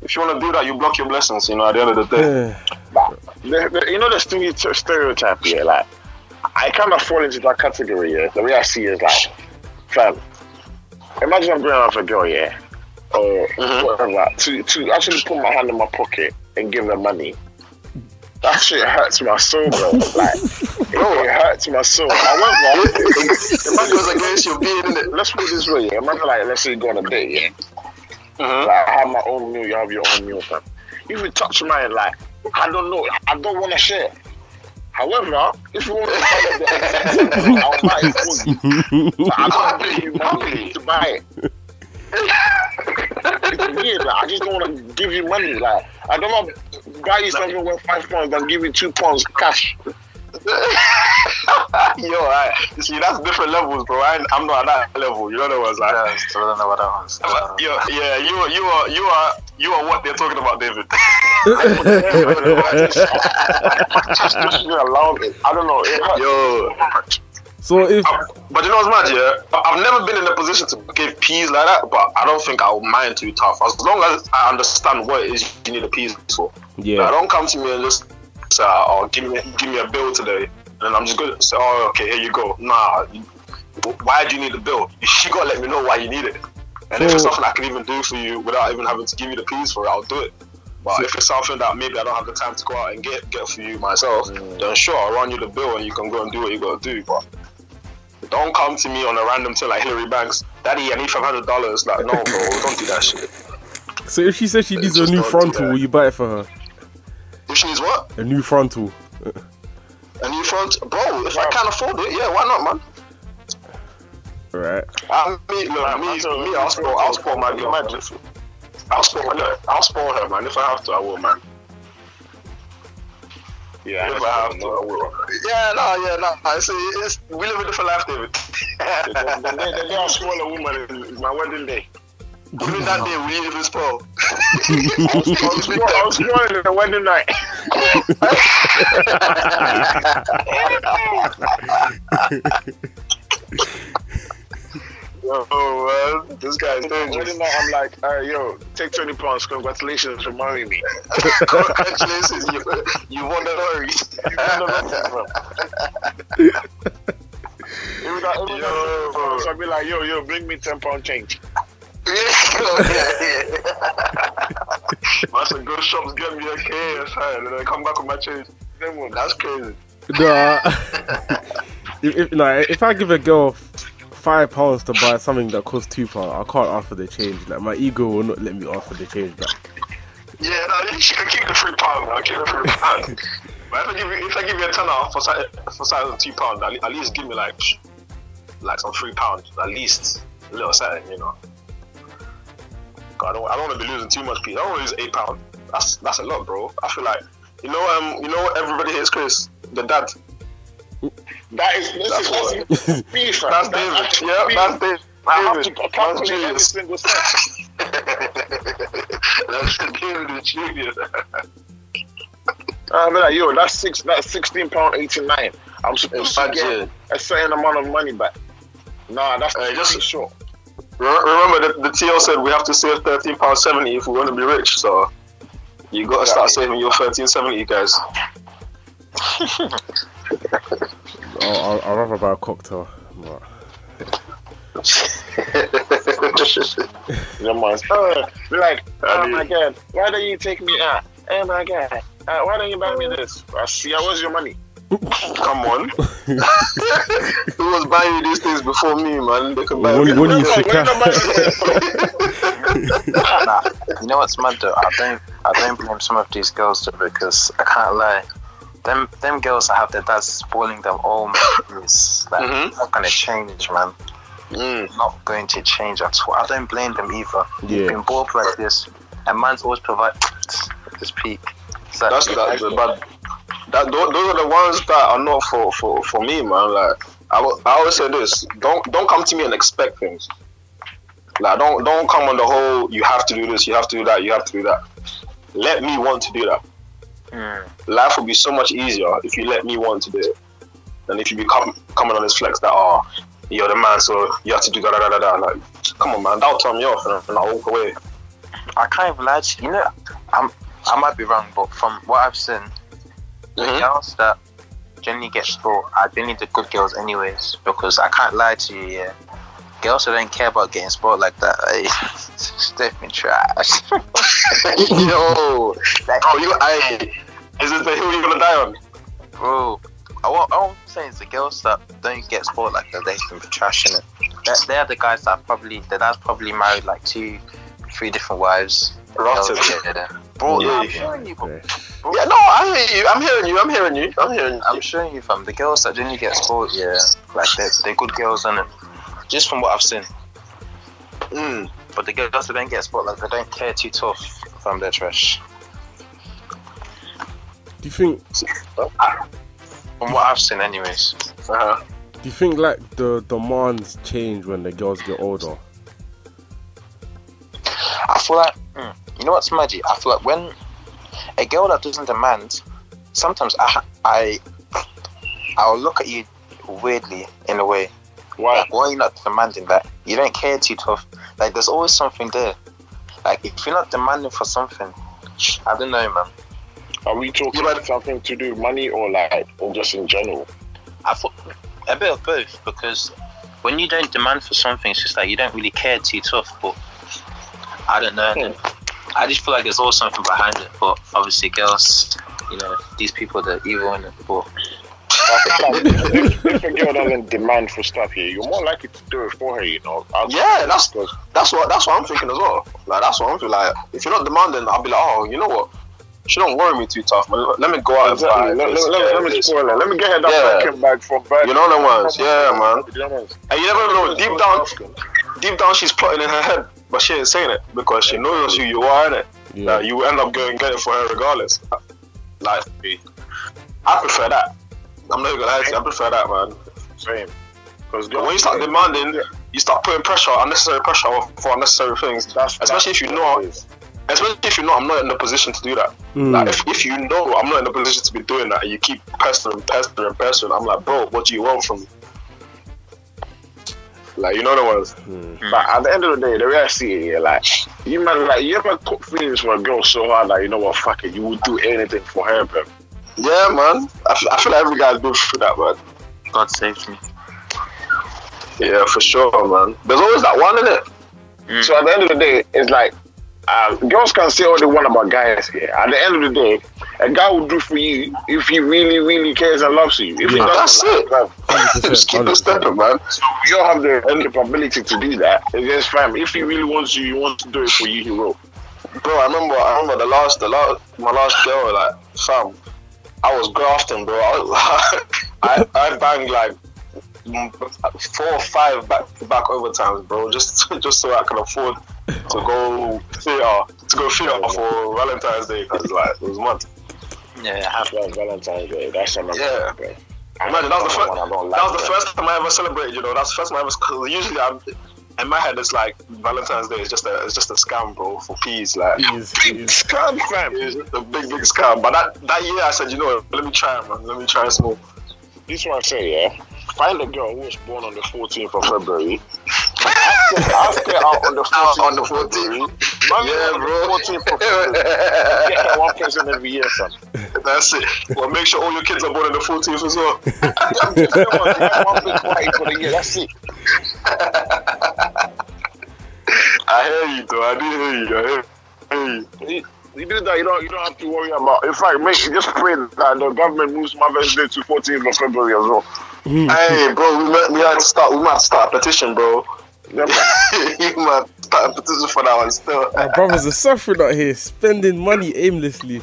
Speaker 3: if you want to do that, you block your blessings. You know, at the end of the day,
Speaker 2: Yeah.
Speaker 4: The, the, you know the stingy t- stereotype, yeah. Like I kind of fall into that category. Yeah, the way I see it is like, fam. Imagine I'm going out with a girl, yeah, or whatever. To to actually put my hand in my pocket and give her money. That shit hurts my soul, bro. Like, it hurts my soul. However,
Speaker 3: it goes against your being. innit?
Speaker 4: let's put it this way. Yeah. Imagine like let's say you go on a date, yeah. Like, I have my own meal, you have your own meal, fam. If you touch mine, like I don't know, I don't want to share. However, if you want to buy I'll buy it for you. But I can't pay you money to buy it. it's weird, like, I just don't want to give you money. Like I don't want to buy you something worth five pounds and give you two pounds cash.
Speaker 3: Yo, I, you see, that's different levels, bro. I, I'm not at that level. You know what I was like.
Speaker 5: Yeah, I still don't know what that one's.
Speaker 3: But,
Speaker 5: Yeah.
Speaker 3: yo, yeah, you are, you are, you are, you are what they're talking about, David.
Speaker 4: Just allow it. I don't know. It hurts.
Speaker 3: Yo,
Speaker 2: So if
Speaker 3: but you know what's mad, yeah? I- I've never been in a position to give peas like that, but I don't think I'll mind too tough. As long as I understand what it is you need a peas for. Now,
Speaker 2: yeah,
Speaker 3: don't come to me and just say, oh, give me, give me a bill today. And I'm just going to say, oh, okay, here you go. Nah, you- why do you need a bill? You got to let me know why you need it. And if it's
Speaker 2: So-
Speaker 3: something I can even do for you without even having to give you the peas for it, I'll do it. But if it's something that maybe I don't have the time to go out and get get for you myself, then sure, I'll run you the bill and you can go and do what you got to do. But don't come to me on a random thing like Hillary Banks, Daddy, I need $500. Like, no, bro, don't do that shit.
Speaker 2: so if she says she needs a
Speaker 3: Just
Speaker 2: new
Speaker 3: don't do
Speaker 2: frontal,
Speaker 3: that.
Speaker 2: will you buy it for her?
Speaker 3: Which means what?
Speaker 2: A new frontal.
Speaker 3: A new front, bro. If I can't afford it, yeah, why not, man?
Speaker 2: Right.
Speaker 3: I mean, look,
Speaker 4: Man,
Speaker 3: me,
Speaker 4: I'm telling
Speaker 3: me,
Speaker 4: you,
Speaker 3: I'll spoil, I'll spoil my
Speaker 4: you
Speaker 3: girl. man.
Speaker 4: imagine.
Speaker 3: I'll spoil, look, I'll spoil her, man. If I have to, I will, man.
Speaker 4: Yeah,
Speaker 3: If I have to, I will. Yeah, no, yeah, no. I see, it's we live a different life, David.
Speaker 4: The day- the day I spoil a woman is my wedding day.
Speaker 3: During that day, we live in spoil.
Speaker 4: I'm spoil- I'm spoiling the wedding night.
Speaker 3: Oh man, this guy is
Speaker 4: Wedding
Speaker 3: dangerous.
Speaker 4: night, I'm like, all right, yo, take 20 pounds. Congratulations for marrying me.
Speaker 3: Congratulations, you, you won the lottery.
Speaker 4: Even though, even though pounds, I'll be like, yo, yo, bring me 10 pound change.
Speaker 3: That's a good shops get me a case, and then I come back with my change. Then what? That's crazy.
Speaker 2: Nah. if, if, like, if I give a girl five pounds to buy something that costs two pounds, I can't ask for the change. Like my ego will not let me ask for the change back.
Speaker 3: Yeah, no, you should keep the free pound. man. keep the free pound. but if I give you, if I give you a tenner for size, for size of two pound, at, le- at least give me like, like some three pound, at least a little something, you know. 'Cause I don't, I don't want to be losing too much. Piece. I don't want to lose eight pound. That's that's a lot, bro. I feel like, you know, um, you know, what everybody hates Chris, the dad.
Speaker 4: That is, this
Speaker 3: That's
Speaker 4: is,
Speaker 3: what-
Speaker 4: that's, beef,
Speaker 3: That's
Speaker 4: man.
Speaker 3: David.
Speaker 4: actually
Speaker 3: Yeah,
Speaker 4: beef.
Speaker 3: that's David.
Speaker 4: I have to
Speaker 3: David. That's
Speaker 4: calculate every
Speaker 3: genius.
Speaker 4: single step.
Speaker 3: That's David Junior.
Speaker 4: I'm like, yo, that's six, that's sixteen pound eighty nine. I'm supposed to get
Speaker 3: Imagine.
Speaker 4: a certain amount of money back. Nah, that's
Speaker 3: Hey,
Speaker 4: hey,
Speaker 3: just-
Speaker 4: just sure.
Speaker 3: Remember, the, the TL said we have to save thirteen pound seventy if we want to be rich. So you got to start saving your thirteen seventy, guys.
Speaker 2: I'll, I'll, I'll rather buy a cocktail. But
Speaker 4: Your man's uh, be like,
Speaker 3: I
Speaker 4: oh
Speaker 3: mean-
Speaker 4: my god, why don't you take me out? Oh my god, uh, why don't you buy me this? I see, I was your money.
Speaker 3: Come on, who was buying you these things before me, man? They can buy
Speaker 2: when, when you
Speaker 3: Yeah.
Speaker 2: should
Speaker 5: nah, you know what's mad though? I don't, I don't blame some of these girls though because I can't lie. Them, them girls that have their dads spoiling them all man, is like
Speaker 3: Mhm.
Speaker 5: not gonna change, man. Not going to change at all. I don't blame them either.
Speaker 2: Yeah.
Speaker 5: You've been brought up like this, and man's always provide this peak. It's like,
Speaker 3: That's that's but that tho- those are the ones that are not for for for me, man. Like I, wa- I always say this: don't don't come to me and expect things. Like don't don't come on the whole. You have to do this. You have to do that. You have to do that. Let me want to do that.
Speaker 5: Mm.
Speaker 3: Life will be so much easier if you let me want to do it. Than if you become coming on this flex that oh you're the man, so you have to do da da da da da. Like come on, man, that'll turn me off and, and I'll walk away.
Speaker 5: I can't even lie to you. You know, I'm, I might be wrong, but from what I've seen, the
Speaker 3: Mhm.
Speaker 5: girls that generally get spoiled are generally the good girls, anyways. Because I can't lie to you, yeah. Girls who don't care about getting spoiled like that, eh, they've been trash. Yo, like,
Speaker 3: Oh, you, I, is this the hill you're gonna die on?
Speaker 5: bro. I, what I'm saying is the girls that don't get spoiled like that, they've been trash in it. They're, they're the guys that probably, their dad's probably married like two, three different wives.
Speaker 3: Rotten.
Speaker 5: Girls, yeah, yeah. Bro,
Speaker 2: Yeah.
Speaker 5: I'm showing you, bro.
Speaker 2: Yeah.
Speaker 3: Yeah, no, I hear you. I'm hearing you. I'm hearing you. I'm hearing you.
Speaker 5: I'm showing you, fam. The girls that generally get spoiled, yeah, like they're, they're good girls, and just from what I've seen.
Speaker 3: Mm.
Speaker 5: But the girls that don't get spoiled, like they don't care too tough, fam. They're trash.
Speaker 2: Do you think?
Speaker 5: From what I've seen, anyways.
Speaker 4: Uh-huh.
Speaker 2: Do you think like the demands change when the girls get older?
Speaker 5: I feel like, mm, you know what's magic? I feel like when a girl that doesn't demand, sometimes I, I, I'll look at you weirdly in a way.
Speaker 4: Why?
Speaker 5: Like, why are you not demanding that? You don't care too tough. Like, there's always something there. Like, if you're not demanding for something, I don't know, man.
Speaker 4: Are we talking about something to do with money or like, or just in general?
Speaker 5: I thought a bit of both because when you don't demand for something, it's just like you don't really care too tough. But I don't know. man. I just feel like there's always something behind it. But obviously, girls, you know, these people they're evil in it. But
Speaker 4: I think like, if a girl doesn't demand for stuff here, you're more likely to do it for her, you know. I'll-
Speaker 3: Yeah, that's-
Speaker 4: because-
Speaker 3: That's what that's what I'm thinking as well. Like that's what I'm feeling. Like if you're not demanding, I'll be like, oh, you know what? She don't worry me too tough, man. Let- Let me go out
Speaker 4: Exactly.
Speaker 3: and buy
Speaker 4: Let,
Speaker 3: this,
Speaker 4: let, let,
Speaker 3: get
Speaker 4: let me
Speaker 3: this.
Speaker 4: spoil it. Let me get her
Speaker 3: Yeah.
Speaker 4: that fucking bag from back.
Speaker 3: You know the ones, yeah, man.
Speaker 4: You know the ones.
Speaker 3: And you never know. Deep down, deep down, she's plotting in her head, but she ain't saying it because she knows who you are, innit?
Speaker 2: Yeah.
Speaker 3: Like, you end up going and get it for her regardless. Like, I prefer that. I'm not even gonna lie to you. I prefer that, man.
Speaker 4: Same. Because
Speaker 3: But when you start demanding, you start putting pressure, unnecessary pressure for unnecessary things. Especially if you know, especially if you know, I'm not in the position to do that.
Speaker 2: Mm.
Speaker 3: Like if, if you know I'm not in the position to be doing that, and you keep pestering, pestering, pestering, I'm like, bro, what do you want from me? Like you know the ones.
Speaker 4: But at the end of the day, the way I see it, yeah, like you man, like you ever cook feelings for a girl so hard, like you know what, fuck it, you would do anything for her, bro.
Speaker 3: Yeah, man. I feel, I feel like every guy's been through that, man.
Speaker 5: God saved me.
Speaker 3: Yeah, for sure, man. There's always that one in it.
Speaker 4: So at the end of the day, it's like um, girls can say all they want about guys here. At the end of the day, a guy will do for you if he really, really cares and loves you. If he
Speaker 2: Yeah.
Speaker 3: That's
Speaker 4: doesn't, like,
Speaker 3: it.
Speaker 4: bruv,
Speaker 3: Just keep it
Speaker 2: 100%.
Speaker 3: stepping, man.
Speaker 4: So we all have the capability to do that. It's just fam. If he really wants you, he wants to do it for you, he will.
Speaker 3: Bro, I remember, I remember the last, the last, my last girl, like, fam, I was grafting, bro. I, was, I, I banged like mm, four or five back to back overtimes, bro, just, just so I can afford to go theater, to go theater for Valentine's Day, cause like it was month.
Speaker 5: Yeah, I have.
Speaker 4: That's Valentine's Day. That's another
Speaker 3: Yeah.
Speaker 4: bro.
Speaker 3: Imagine that was the first,
Speaker 4: One I
Speaker 3: that
Speaker 4: don't like,
Speaker 3: was the
Speaker 4: bro.
Speaker 3: first time I ever celebrated. You know, that's the first time I ever. Cause usually, I'm, in my head, it's like Valentine's Day is just a, it's just a scam, bro, for peas, like.
Speaker 2: Please, please.
Speaker 3: Scam, fam. It's just a big, big scam. But that, that year, I said, you know, what, let me try it, man. Let me try it small.
Speaker 4: This is what I say, yeah. Find a girl who was born on the 14th of February. Ask her out on the 14th.
Speaker 3: On the
Speaker 4: of
Speaker 3: 14th.
Speaker 4: February. Man,
Speaker 3: Yeah,
Speaker 4: on the
Speaker 3: bro.
Speaker 4: 14th of February. Get her one person every year, son.
Speaker 3: That's it. Well, make sure all your kids are born on the 14th as well.
Speaker 4: Get one big white for the year. That's it.
Speaker 3: I hear you, though. I do hear you. I hear hear you.
Speaker 4: You you do that, you don't, you don't have to worry about. In fact, make, just pray that the government moves Mother's Day to 14th of February as well.
Speaker 3: Hey, bro, we might, we might start, we might start a petition, bro.
Speaker 4: Them
Speaker 3: you might start a petition for that one still.
Speaker 2: My brothers are suffering out here, spending money aimlessly.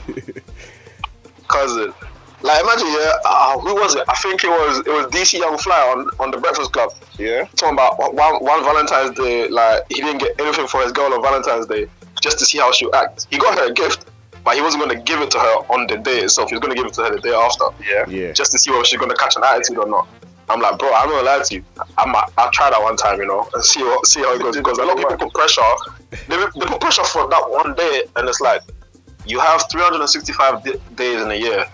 Speaker 3: cousin. Like imagine, yeah, uh, who was it? I think it was it was DC Young Fly on, on the Breakfast Club.
Speaker 4: Yeah.
Speaker 3: Talking about one one Valentine's Day, like he didn't get anything for his girl on Valentine's Day, just to see how she would act. He got her a gift, but he wasn't gonna give it to her on the day itself. He was gonna give it to her the day after.
Speaker 4: Yeah.
Speaker 2: Yeah.
Speaker 3: Just to see whether she's gonna catch an attitude or not. I'm like, bro, I'm not gonna lie to you. I'm I'll try that one time, you know, and see what see how it goes. Because a lot of people put pressure, they, they put pressure for that one day, and it's like, you have 365 d- days in a year.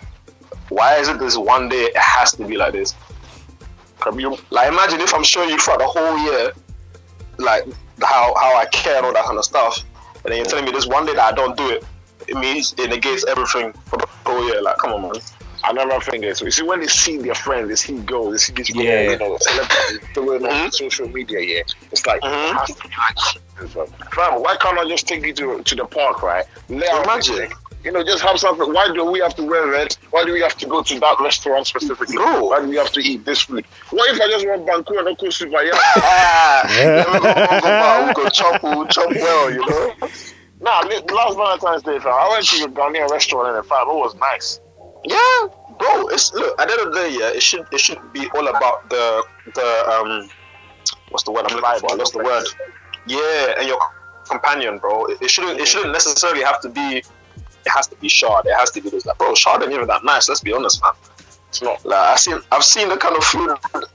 Speaker 3: Why is it this one day it has to be like this? Can you- like imagine if I'm showing you for the whole year, like how how I care and all that kind of stuff, and then you're telling me this one day that I don't do it, it means it negates everything for the whole year. Like, come on, man.
Speaker 4: Another thing is, you see, when they see their friends, they see girls, they see these girls,
Speaker 2: Yeah.
Speaker 4: you know, celebrities, doing
Speaker 3: Mm-hmm.
Speaker 4: on social media, yeah. It's like,
Speaker 3: Mhm.
Speaker 4: it has to be like this, bro. Fam, why can't I just take you to, to the park, right? Lay out
Speaker 3: Imagine.
Speaker 4: everything. You know, just have something. Why do we have to wear red? Why do we have to go to that restaurant specifically?
Speaker 3: No.
Speaker 4: Why do we have to eat this food? What if I just want Banku and Oko Super? Yeah.
Speaker 3: Ah, yeah, we go, we go, bar, we go chop, we chop well, you know.
Speaker 4: nah, li- last Valentine's Day, fam, I went to a Ghanaian restaurant and fam, it was nice.
Speaker 3: Yeah, bro. It's look at the end of the day. Yeah, it should it should be all about the the um, what's the word I'm looking for? I lost the word. Yeah, and your companion, bro. It, it shouldn't it shouldn't necessarily have to be. It has to be shard. It has to be this. Like, bro, shard ain't even that nice. Let's be honest, man.
Speaker 4: It's not.
Speaker 3: Like I seen, I've seen the kind of food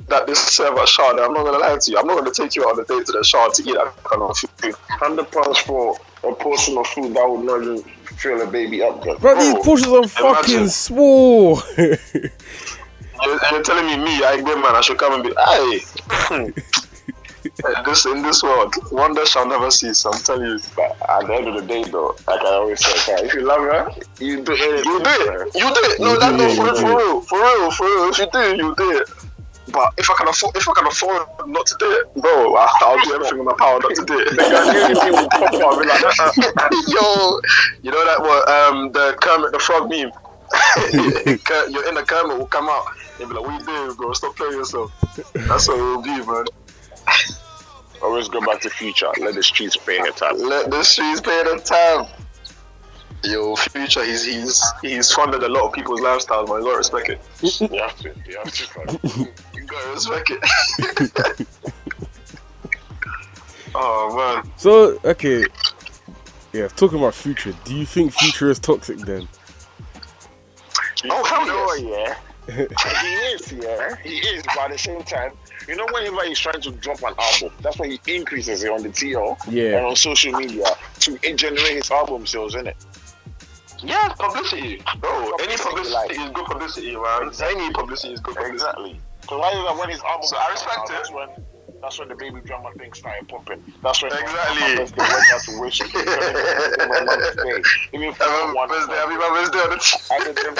Speaker 3: that they serve at Shard. I'm not gonna lie to you. I'm not gonna take you on a date to the Shard to eat that kind of food.
Speaker 4: Hundred pounds for a portion of food that would not even fill a baby up. Bro,
Speaker 2: Bro, these portions are fucking small.
Speaker 3: And you're- and you're telling me, me, I great man, I should come and be, hey. hmm, this in this world, wonder shall never cease. I'm telling you,
Speaker 4: But at the end of the day, though, like I always say, like, if you love her, you do anything.
Speaker 3: you do
Speaker 4: for her.
Speaker 3: it, you do it. No,
Speaker 2: You
Speaker 3: that
Speaker 2: do
Speaker 3: no,
Speaker 2: it,
Speaker 3: for
Speaker 2: you
Speaker 3: real,
Speaker 2: do it.
Speaker 3: for real, for real, for real. If you do, you do it. But if I can afford, if I can afford not to do it, bro, I- I'll do everything in my power not to do it.
Speaker 4: I knew you people talk about me like uh, that.
Speaker 3: Yo, you know that what? Um, the Kermit the Frog meme. Ker- You're in the Kermit will come out. They'll be like, "What you doing, bro? Stop playing yourself." That's what it will be, man.
Speaker 4: Always go back to future. Let the streets pay her time.
Speaker 3: Let the streets pay the time. Yo, Future, he's he's he's funded a lot of people's lifestyles, man. You gotta respect it.
Speaker 4: You have to. You have to. Like,
Speaker 3: You gotta respect it. oh man,
Speaker 2: so okay, yeah. Talking about future, do you think future is toxic? Then
Speaker 3: Oh, hell
Speaker 4: oh, yeah. he is, yeah. He is, but at the same time, you know, whenever he's trying to drop an album, that's when he increases it on the TL
Speaker 2: Yeah.
Speaker 4: and on social media to generate his album sales, innit?
Speaker 3: yeah, publicity, bro. Any publicity
Speaker 4: Like-
Speaker 3: is good publicity, man. Any publicity is good publicity.
Speaker 4: Exactly. So why is that when his album
Speaker 3: So I respect
Speaker 4: that's
Speaker 3: it.
Speaker 4: When, that's when the baby drama thing started popping. That's when
Speaker 3: Exactly.
Speaker 4: That's the one that's the wish. My mother's day. Even for
Speaker 3: Happy
Speaker 4: one
Speaker 3: birthday,
Speaker 4: month.
Speaker 3: happy birthday on the t-
Speaker 4: I did them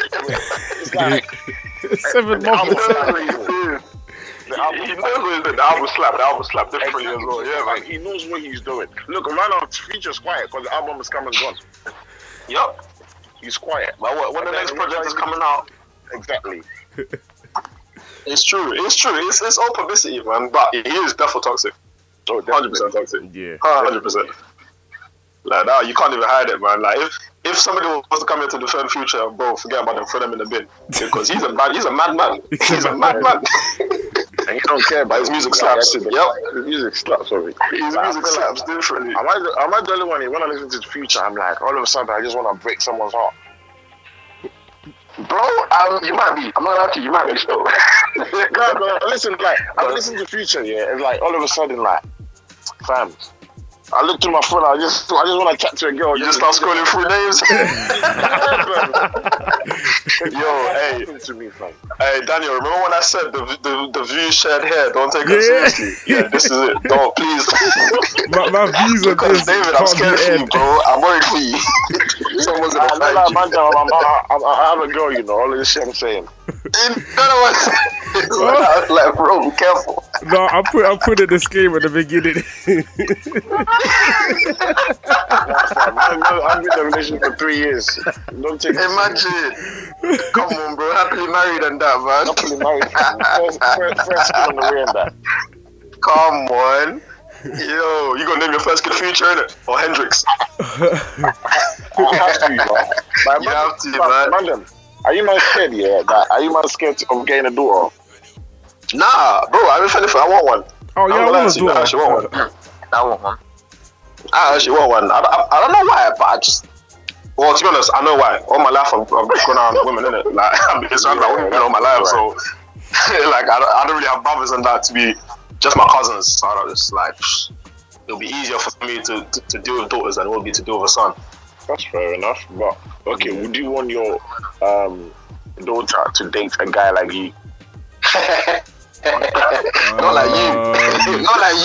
Speaker 4: It's like
Speaker 3: Oh,
Speaker 2: seven
Speaker 4: the album
Speaker 2: months.
Speaker 4: slap. The
Speaker 3: He
Speaker 4: album
Speaker 3: knows
Speaker 4: slap.
Speaker 3: what he's doing. The album slap, the album slap differently as well.
Speaker 4: Exactly.
Speaker 3: Yeah,
Speaker 4: Like,
Speaker 3: man.
Speaker 4: he knows what he's doing. Look, right now, Future's quiet because the album is coming gone.
Speaker 3: Yup.
Speaker 4: He's quiet.
Speaker 3: But what- when the
Speaker 4: And
Speaker 3: next
Speaker 4: then
Speaker 3: project is
Speaker 4: he's-
Speaker 3: coming out,
Speaker 4: Exactly.
Speaker 3: It's true. It's true. It's, it's all publicity, man. But he is definitely toxic.
Speaker 4: Oh,
Speaker 3: Hundred percent toxic.
Speaker 2: Yeah.
Speaker 3: Hundred percent. Like that, you can't even hide it, man. Like if if somebody was to come here to defend Future, bro, forget about them. Throw them in the bin because he's a bad. He's a madman. He's a madman.
Speaker 4: And you don't care
Speaker 3: But
Speaker 4: about
Speaker 3: his music slaps. Yep.
Speaker 4: His music slaps, sorry.
Speaker 3: His music slaps differently.
Speaker 4: Am I, the, am I the only one here? when I listen to the future? I'm like, all of a sudden, I just want to break someone's heart.
Speaker 3: Bro, um, you might be. I'm not allowed to. You might be still.
Speaker 4: no, no, listen, like, I listen to future, yeah, and like, all of a sudden, like, fam, I look through my phone, I just, I just want to chat to a girl.
Speaker 3: You just start scrolling through names.
Speaker 4: Yo,
Speaker 3: hey.
Speaker 4: happened to me, fam.
Speaker 3: hey, Daniel, remember when I said the the, the view shared here? Don't take
Speaker 2: Yeah.
Speaker 3: it seriously. Yeah, this is it. Don't please.
Speaker 2: My, my views on
Speaker 3: Because
Speaker 2: this
Speaker 3: David, I'm scared for you,
Speaker 2: can't be aired.
Speaker 3: bro. I'm worried for you. Someone's
Speaker 4: I,
Speaker 3: gonna
Speaker 4: I,
Speaker 3: find you.
Speaker 4: I'm, I'm, I'm, I have a girl, you know, all of this shit I'm saying.
Speaker 3: In other words, like, bro, be careful.
Speaker 2: No, I put I put a disclaimer at the beginning.
Speaker 4: I'm, I've been in a relationship for three years. Don't take it
Speaker 3: Imagine. Come on, bro. Happily married and that, man.
Speaker 4: happily married. First, first, first kid on the way and that.
Speaker 3: Come on. Yo, you gonna name your first kid Future, innit? Or Hendrix?
Speaker 4: You have to, you know. But
Speaker 3: You have to, man.
Speaker 4: but Madam, are you not scared yet? That, are you not scared of getting a daughter?
Speaker 3: Nah, bro. I'm in Philly. I want one.
Speaker 2: Oh yeah, I
Speaker 3: I'm gonna
Speaker 2: want to
Speaker 3: ask you,
Speaker 2: do
Speaker 3: I actually want
Speaker 2: it.
Speaker 3: one.
Speaker 5: That one, man.
Speaker 3: I actually want one. I, I, I don't know why, but I just. Well, to be honest, I know why. All my life, I've, I've grown around women, innit? Like, I've been surrounded by women all my life, so. like, I don't, I don't really have brothers and that to be just my cousins. So I don't just, like, it'll be easier for me to, to, to deal with daughters than it would be to deal with a son.
Speaker 4: That's fair enough. But okay, would you want your um, daughter to date a guy like you?
Speaker 3: Not like
Speaker 2: Uh,
Speaker 3: you. Not like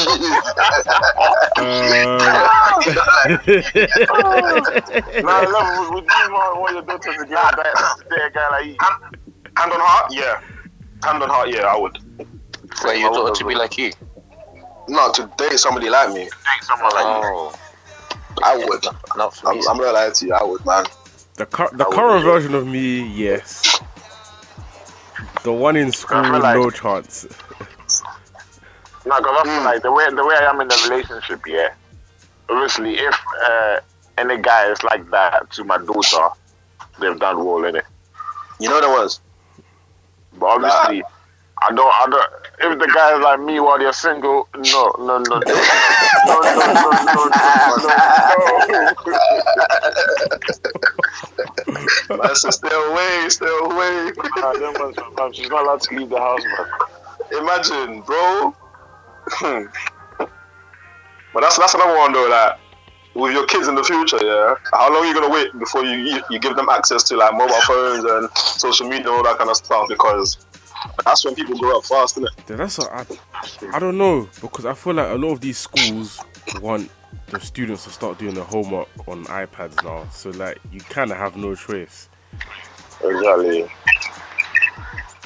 Speaker 3: you.
Speaker 2: Uh,
Speaker 4: no, no. Would, would you want, want your daughter to get a guy, to date a guy like you?
Speaker 3: Hand on heart? Yeah. Hand on heart? Yeah, I would.
Speaker 5: Wait, you thought it to be like you?
Speaker 3: Not to date somebody like me.
Speaker 4: Date someone like you?
Speaker 5: Oh,
Speaker 3: I would.
Speaker 5: not for
Speaker 3: I'm,
Speaker 5: me.
Speaker 3: I'm not lying to you. I would, man.
Speaker 2: The cur- the current version of me, yes. The one in school,
Speaker 4: like-
Speaker 2: no chance.
Speaker 4: No, because I feel
Speaker 3: Hmm.
Speaker 4: like the way the way I am in the relationship, yeah. Obviously, if uh, any guy is like that to my daughter, they've done well in it.
Speaker 3: You know there was.
Speaker 4: But obviously, I don't, I don't. If the guys like me while they're single, no, no, no, no, no, no, no, no, no, no, no.
Speaker 3: That's a stay away, takes her away.
Speaker 4: Nah, them ones, man, she's not allowed to leave the house, man.
Speaker 3: Imagine, bro. but that's that's another one though. Like with your kids in the future, yeah. How long you gonna wait before you, you you give them access to like mobile phones and social media, all that kind of stuff? Because that's when people grow up fast, isn't it?
Speaker 2: Then That's a, I, I don't know because I feel like a lot of these schools want the students to start doing their homework on iPads now. So like you kind of have no choice.
Speaker 4: Exactly.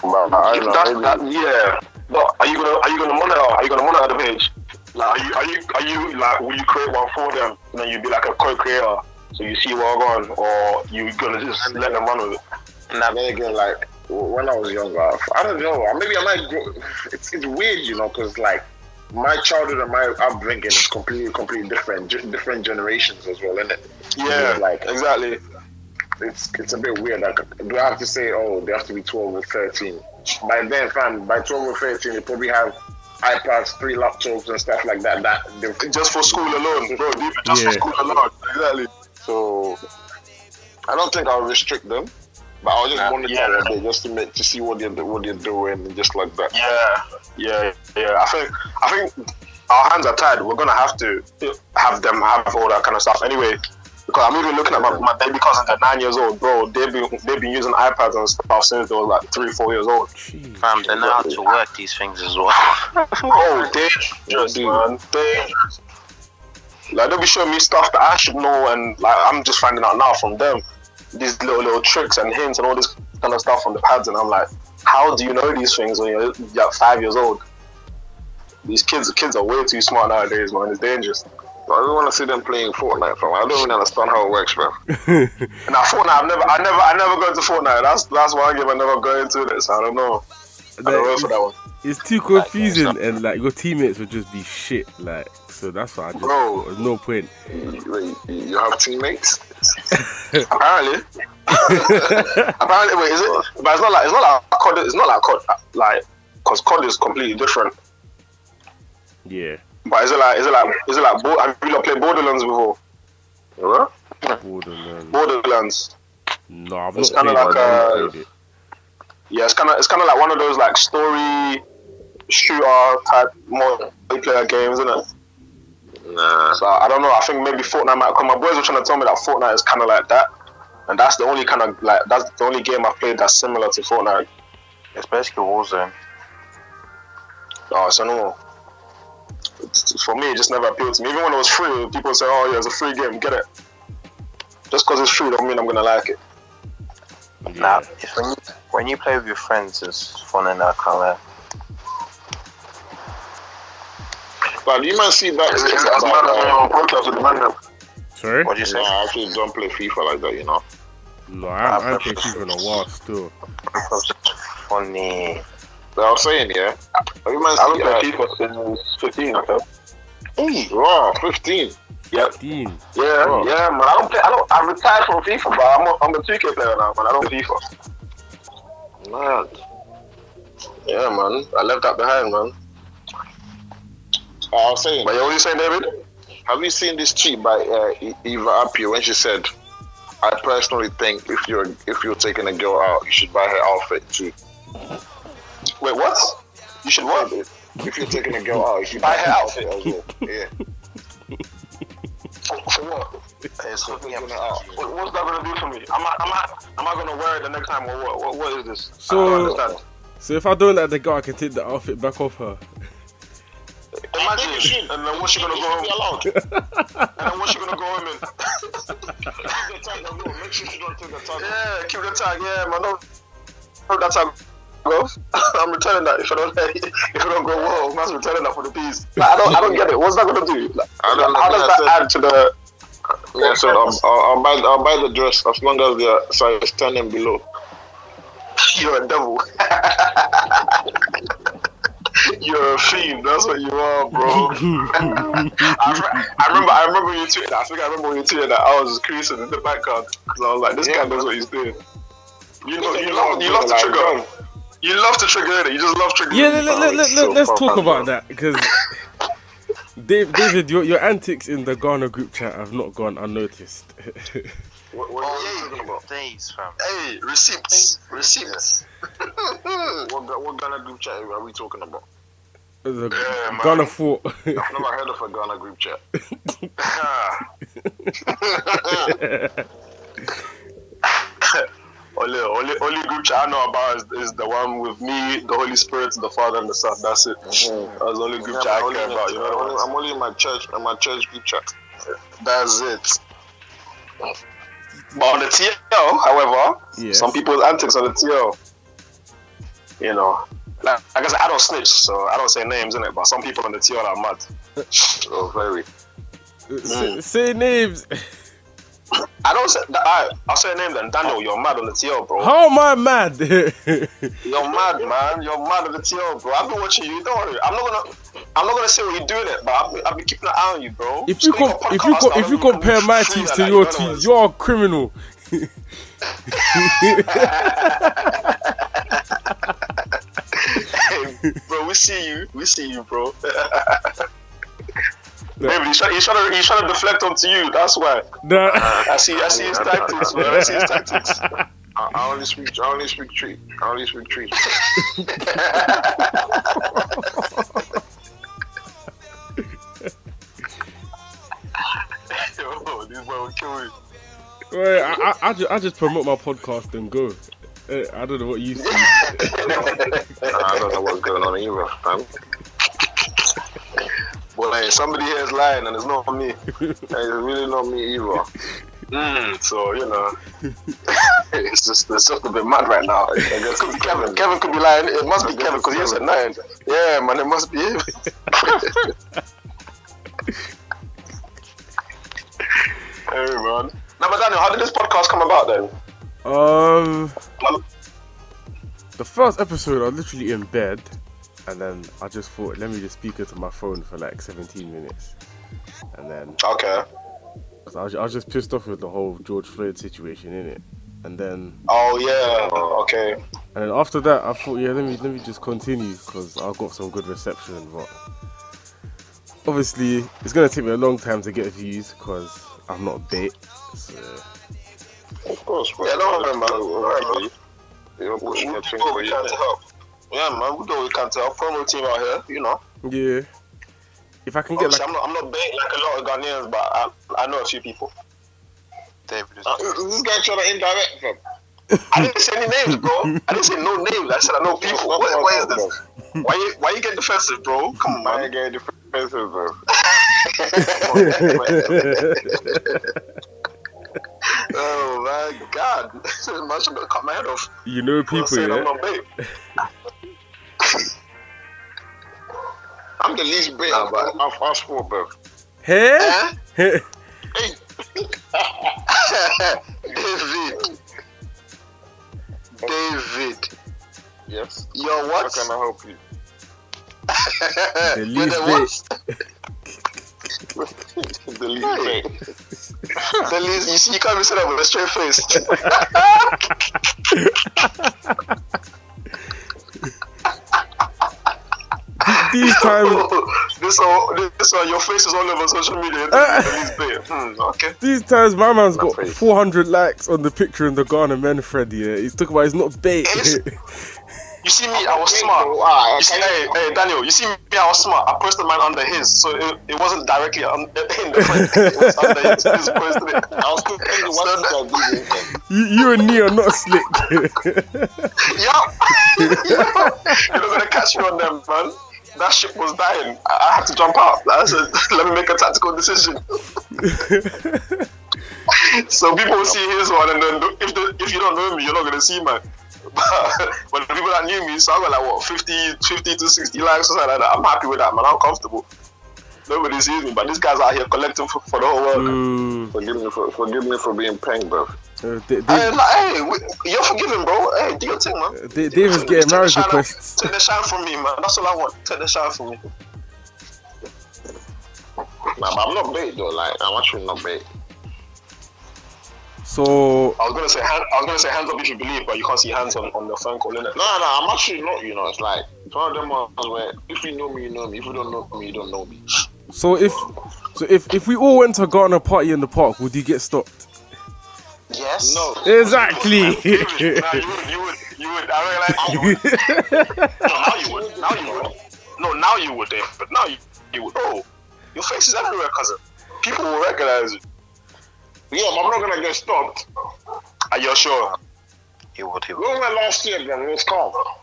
Speaker 4: But I don't
Speaker 3: That's-
Speaker 4: know,
Speaker 3: that-
Speaker 4: Uh, maybe-
Speaker 3: yeah. But are you gonna are you gonna monitor? Are you gonna monitor the page? Like are you are you are you like will you create one for them and then you be like a co-creator? So you see where I'm going, or you gonna just let them run with it?
Speaker 4: Nah, then again, like w- when I was younger, I don't know. Maybe I might. Grow, it's it's weird, you know, because like my childhood and my upbringing is completely completely different, ge- different generations as well, isn't it?
Speaker 3: Yeah,
Speaker 4: Like-
Speaker 3: exactly.
Speaker 4: It's it's a bit weird. Like, do I have to say, oh, they have to be twelve or thirteen? By then, fam, by twelve or thirteen, they probably have iPads, three laptops, and stuff like that. That they've
Speaker 3: Just for school alone, bro. dude, Just
Speaker 2: Yeah.
Speaker 3: for school alone, exactly.
Speaker 4: So I don't think I'll restrict them, but I'll just
Speaker 5: Yeah.
Speaker 4: monitor
Speaker 3: Yeah.
Speaker 4: a bit just to make to see what they're what they're doing and just like that.
Speaker 3: Yeah, yeah, yeah. I think I think our hands are tied. We're gonna have to have them have all that kind of stuff anyway. Because I'm even looking at my, my baby cousins at nine years old, bro. They've been they've been using iPads and stuff since they were like three, four years old.
Speaker 2: Jeez.
Speaker 5: Fam, they know how to work these things as well.
Speaker 3: Oh, dangerous, man. Dangerous. Like they'll be showing me stuff that I should know, and like I'm just finding out now from them. These little little tricks and hints and all this kind of stuff on the pads, and I'm like, how do you know these things when you're like five years old? These kids, kids are way too smart nowadays, man. It's dangerous.
Speaker 4: I don't want to see them playing Fortnite, fam. I don't even understand how it works, bro.
Speaker 3: And I Fortnite, I've never, I never, I never go into Fortnite. That's that's why I give. I never go into this. I don't know. I don't know for that one,
Speaker 2: it's too confusing and like your teammates would just be shit. Like so that's why I just
Speaker 4: Bro.
Speaker 2: there's no point.
Speaker 4: Wait, you have teammates?
Speaker 3: apparently. Apparently, wait, is it? But it's not like it's not like COD. It's not like COD. Like, cause COD is completely different.
Speaker 2: Yeah,
Speaker 3: But is it like is it like um, is it like? Bo- have you not played Borderlands before?
Speaker 4: What?
Speaker 2: Borderlands.
Speaker 3: Borderlands.
Speaker 2: No, I've
Speaker 3: It's
Speaker 2: not played,
Speaker 3: kinda
Speaker 2: it,
Speaker 3: like
Speaker 2: I've
Speaker 3: a-
Speaker 2: not played it.
Speaker 3: Yeah, it's kind of it's kind of like one of those like story shooter type multiplayer games, isn't it?
Speaker 4: Nah.
Speaker 3: So I don't know. I think maybe Fortnite might come. My boys were trying to tell me that Fortnite is kind of like that, and that's the only kind of like that's the only game I've played that's similar to Fortnite.
Speaker 5: It's basically Warzone.
Speaker 3: Oh, so no. It's- For me, it just never appealed to me. Even when it was free, people say, "Oh yeah, it's a free game. Get it." Just because it's free, don't mean I'm gonna like it.
Speaker 2: Yeah.
Speaker 5: Nah, it's when you, when you play with your friends, it's fun and I can't lie.
Speaker 4: But you might see that.
Speaker 3: uh,
Speaker 2: Sorry.
Speaker 5: What do you say?
Speaker 4: Nah, I actually don't play FIFA like that, you know.
Speaker 2: No, I haven't played FIFA in a while still.
Speaker 5: Funny.
Speaker 4: But I was saying, yeah. You might
Speaker 3: I
Speaker 4: see
Speaker 3: haven't
Speaker 4: that.
Speaker 3: played FIFA since 15. Okay. uh,
Speaker 4: Hey, wow, 15.
Speaker 2: Dean.
Speaker 3: Yeah,
Speaker 4: Bro.
Speaker 3: yeah, man. I don't play. I don't. I retired from FIFA, but I'm a, I'm a 2K player now, man. I don't FIFA.
Speaker 4: Man.
Speaker 3: Yeah, man. I left that behind, man.
Speaker 4: I was Oh, saying,
Speaker 3: But yeah, what are you saying, David?
Speaker 4: Have you seen this tweet by uh, E- Eva Appiah when she said, "I personally think if you're if you're taking a girl out, you should buy her outfit too."
Speaker 3: Wait, what? You should what?
Speaker 4: If you're taking a girl out, you should
Speaker 3: Buy
Speaker 4: buy
Speaker 3: her
Speaker 4: her outfit as well. Yeah,
Speaker 3: For what?
Speaker 5: It's looking
Speaker 4: taking her out.
Speaker 3: What- What's that gonna do for me? Am I am I am I gonna wear it the next time or what? What, what is this?
Speaker 2: So-
Speaker 3: I don't understand.
Speaker 2: So if I don't like the girl, I can take the outfit back off her.
Speaker 3: Imagine, and then what's she gonna go home? and then what's she gonna go home in?
Speaker 4: Take the tag as well. Make sure she don't take the tag.
Speaker 3: Yeah, keep the tag. Yeah, man. Don't don't that tag. Bro, I'm returning that if I don't if I don't go well, I'm returning that for the piece. Like, I don't I don't get it. What's that gonna do? Like,
Speaker 4: I don't know,
Speaker 3: how does
Speaker 4: I
Speaker 3: that
Speaker 4: said-
Speaker 3: add to the?
Speaker 4: Yeah, so I'll, I'll, I'll buy I'll buy the dress as long as they're size ten and below.
Speaker 3: You're a devil. You're a fiend. That's what you are, bro. I, re- I remember. I remember when you tweeted. that. I think I remember when you tweeted that. I was just creasing in the background because I was like, "This
Speaker 4: Yeah,
Speaker 3: guy knows what he's doing." You know,
Speaker 4: Look at
Speaker 3: you
Speaker 4: you
Speaker 3: love,
Speaker 4: now,
Speaker 3: you
Speaker 4: bro,
Speaker 3: love to
Speaker 4: like,
Speaker 3: trigger.
Speaker 4: bro.
Speaker 3: You love to trigger it. You just love triggering.
Speaker 2: Yeah, let,
Speaker 3: bro.
Speaker 2: let, let,
Speaker 4: it's so
Speaker 2: us talk
Speaker 4: profound,
Speaker 2: about that because Dave, David, your, your antics in the Ghana group chat have not gone unnoticed.
Speaker 4: What, what are you
Speaker 3: yeah.
Speaker 4: talking about?
Speaker 5: Days, fam.
Speaker 3: Hey, receipts, receipts.
Speaker 4: What, Ga- what Ghana group chat are we talking about?
Speaker 2: The
Speaker 3: Yeah, man.
Speaker 2: Ghana fought.
Speaker 4: I've never heard of a Ghana group chat.
Speaker 3: Only, only, only group chat I know about is, is the one with me, the Holy Spirit, the Father, and the Son. That's it. That's the only group chat I
Speaker 4: only
Speaker 3: care
Speaker 4: in-
Speaker 3: about. You know
Speaker 4: Mm-hmm. I'm,
Speaker 3: what
Speaker 4: only,
Speaker 3: I
Speaker 4: I'm only in my church, in my church group chat.
Speaker 3: That's it. But on the TL, however,
Speaker 2: Yes.
Speaker 3: some people's antics on the TL, you know, like, like I said, I don't snitch, so I don't say names in it. But some people on the TL are mad.
Speaker 4: Oh, very.
Speaker 2: Say, say names.
Speaker 3: I don't say. I, I'll say a name then. Daniel, you're mad on the TL, bro.
Speaker 2: How am I mad?
Speaker 3: You're mad, man. You're mad at the TL, bro. I've been watching you. Don't worry. I'm not gonna. I'm not gonna say what you're doing it, but I've been, I've been keeping an eye on you, bro.
Speaker 2: if you
Speaker 3: Just make
Speaker 2: com-
Speaker 3: a
Speaker 2: if you
Speaker 3: podcast
Speaker 2: co-
Speaker 3: now,
Speaker 2: if you
Speaker 3: let me-
Speaker 2: compare
Speaker 3: let me
Speaker 2: my
Speaker 3: see
Speaker 2: teams
Speaker 3: that,
Speaker 2: to
Speaker 3: like,
Speaker 2: your
Speaker 3: you know what I
Speaker 2: teams,
Speaker 3: mean?
Speaker 2: you're a criminal.
Speaker 3: bro, we see you. We see you, bro. Maybe he's trying, he's, trying to, he's trying to deflect onto you. That's why.
Speaker 2: Nah.
Speaker 3: I see. I see his tactics, man. I see his tactics.
Speaker 4: I, I only speak. I only speak tree. I only speak tree.
Speaker 3: Yo, this boy will kill me.
Speaker 2: Right, I, I, I, just, I just promote my podcast and go. Eh, I don't know what you see.
Speaker 4: I don't know what's going on either, fam.
Speaker 3: But like, somebody here is lying, and it's not me.
Speaker 4: It's really not me either.
Speaker 3: Mm, so you know.
Speaker 4: It's just, it's just a bit mad right now.
Speaker 3: It could be Kevin. Kevin could be lying. It must be Kevin because he has a nine. Yeah, man, it must be him. hey, man. Now, but Daniel, how did this podcast come about then?
Speaker 2: Um, the first episode, I was literally in bed, and then I just thought, let me just speak into my phone for like 17 minutes, and then
Speaker 3: Okay.
Speaker 2: I was, I was just pissed off with the whole George Floyd situation in it, and then
Speaker 3: Oh yeah. Okay.
Speaker 2: and then after that, I thought, yeah, let me let me just continue because I got some good reception, but obviously it's gonna take me a long time to get views because I'm not bait. So.
Speaker 4: Of course.
Speaker 3: Yeah, don't worry, man.
Speaker 4: You're pushing
Speaker 3: We
Speaker 4: a
Speaker 3: do
Speaker 4: thing
Speaker 3: what
Speaker 4: for
Speaker 3: we
Speaker 4: you.
Speaker 3: can to help. Yeah, man, we do what we can to help. Promo team out here, you know.
Speaker 2: Yeah. If I can get
Speaker 3: Obviously,
Speaker 2: like
Speaker 3: I'm not, I'm not big like a lot of Ghanaians, but I, I know a few people. Uh,
Speaker 5: David is
Speaker 4: Is this guy trying to indirect, fam?
Speaker 3: I didn't say any names, bro. I didn't say no names. I said I know people. What, what is this? Why you, why you get defensive, bro? Come on,
Speaker 4: I
Speaker 3: man.
Speaker 4: ain't getting defensive, bro.
Speaker 3: Oh my god. Man should have cut my head off.
Speaker 2: you know
Speaker 3: for
Speaker 2: people,
Speaker 3: saying I'm
Speaker 2: yeah.
Speaker 3: not big.
Speaker 4: I'm the least bit
Speaker 3: Nah,
Speaker 4: nah,
Speaker 3: Ah, but-
Speaker 4: of fast food, bro.
Speaker 2: Hey,
Speaker 3: Eh? David. David.
Speaker 4: Yes.
Speaker 3: You're
Speaker 4: How
Speaker 3: what?
Speaker 4: can I help you?
Speaker 2: the
Speaker 3: You're
Speaker 2: least
Speaker 3: the
Speaker 2: bit.
Speaker 3: what?
Speaker 4: the least
Speaker 3: Hey.
Speaker 4: bit.
Speaker 3: The least. You see, you can't even say that with a straight face.
Speaker 2: These times,
Speaker 3: this one, this one, your face is all over social media. The least bit. Hmm, okay.
Speaker 2: these times, my man's got
Speaker 4: crazy.
Speaker 2: 400 likes on the picture in the Ghana men thread. Yeah, he's talking about he's not bait.
Speaker 3: It's- You see me, I was
Speaker 4: Hey,
Speaker 3: smart.
Speaker 4: bro, ah,
Speaker 3: You see,
Speaker 4: can
Speaker 3: hey,
Speaker 4: you-
Speaker 3: hey, Daniel, you see me, I was smart. I posted mine under his, so it, it wasn't directly on, in the front. It was under his. He just posted it. I was still thinking,
Speaker 4: What's
Speaker 3: what's that?
Speaker 4: that video, fam?
Speaker 2: you, you and me are not slick.
Speaker 3: Yup. It was going to catch me on them, man. That ship was dying. I, I had to jump out. I said, let me make a tactical decision. so people will see his one, and then if, the, if you don't know me, you're not going to see mine. but the people that knew me, so I got like what 50, 50 to 60 likes or something like that. I'm happy with that, man. I'm comfortable. Nobody sees me, but these guys out here collecting for, for the whole world.
Speaker 2: Mm,
Speaker 4: Forgive me for forgive me for being pranked, bro.
Speaker 2: uh, Da-
Speaker 3: Hey,
Speaker 2: Da-
Speaker 3: like, hey, we, you're forgiven, bro. Hey, do your thing, man.
Speaker 2: Da- David's getting
Speaker 3: Just take the
Speaker 2: marriage
Speaker 3: shine out-
Speaker 2: requests.
Speaker 3: Take the shine from me, man. That's all I want. Take the shine from me.
Speaker 4: Nah, but I'm not bait though. Like I'm actually not bait.
Speaker 2: So
Speaker 3: I was gonna say hand, I was gonna say hands up if you believe, but you can't see hands on, on the phone call, innit?
Speaker 4: No, no, I'm actually not. You know, it's like it's one of them ones where if you know me, you know me. If you don't know me, you don't know me.
Speaker 2: so if so if if we all went to Ghana party in the park, would you get stopped?
Speaker 5: Yes.
Speaker 4: No.
Speaker 2: Exactly.
Speaker 3: You would, nah, you would, you would, you would. I don't like you would. No, now you would. Now you would. No, now you would. eh, But now you, you would. Oh, your face is everywhere, cousin. People will recognize you.
Speaker 4: Yeah, but I'm not gonna get stopped.
Speaker 3: Are you sure?
Speaker 5: He would. He
Speaker 4: We
Speaker 5: would.
Speaker 4: all went last year, bro. It was calm.
Speaker 3: Oh,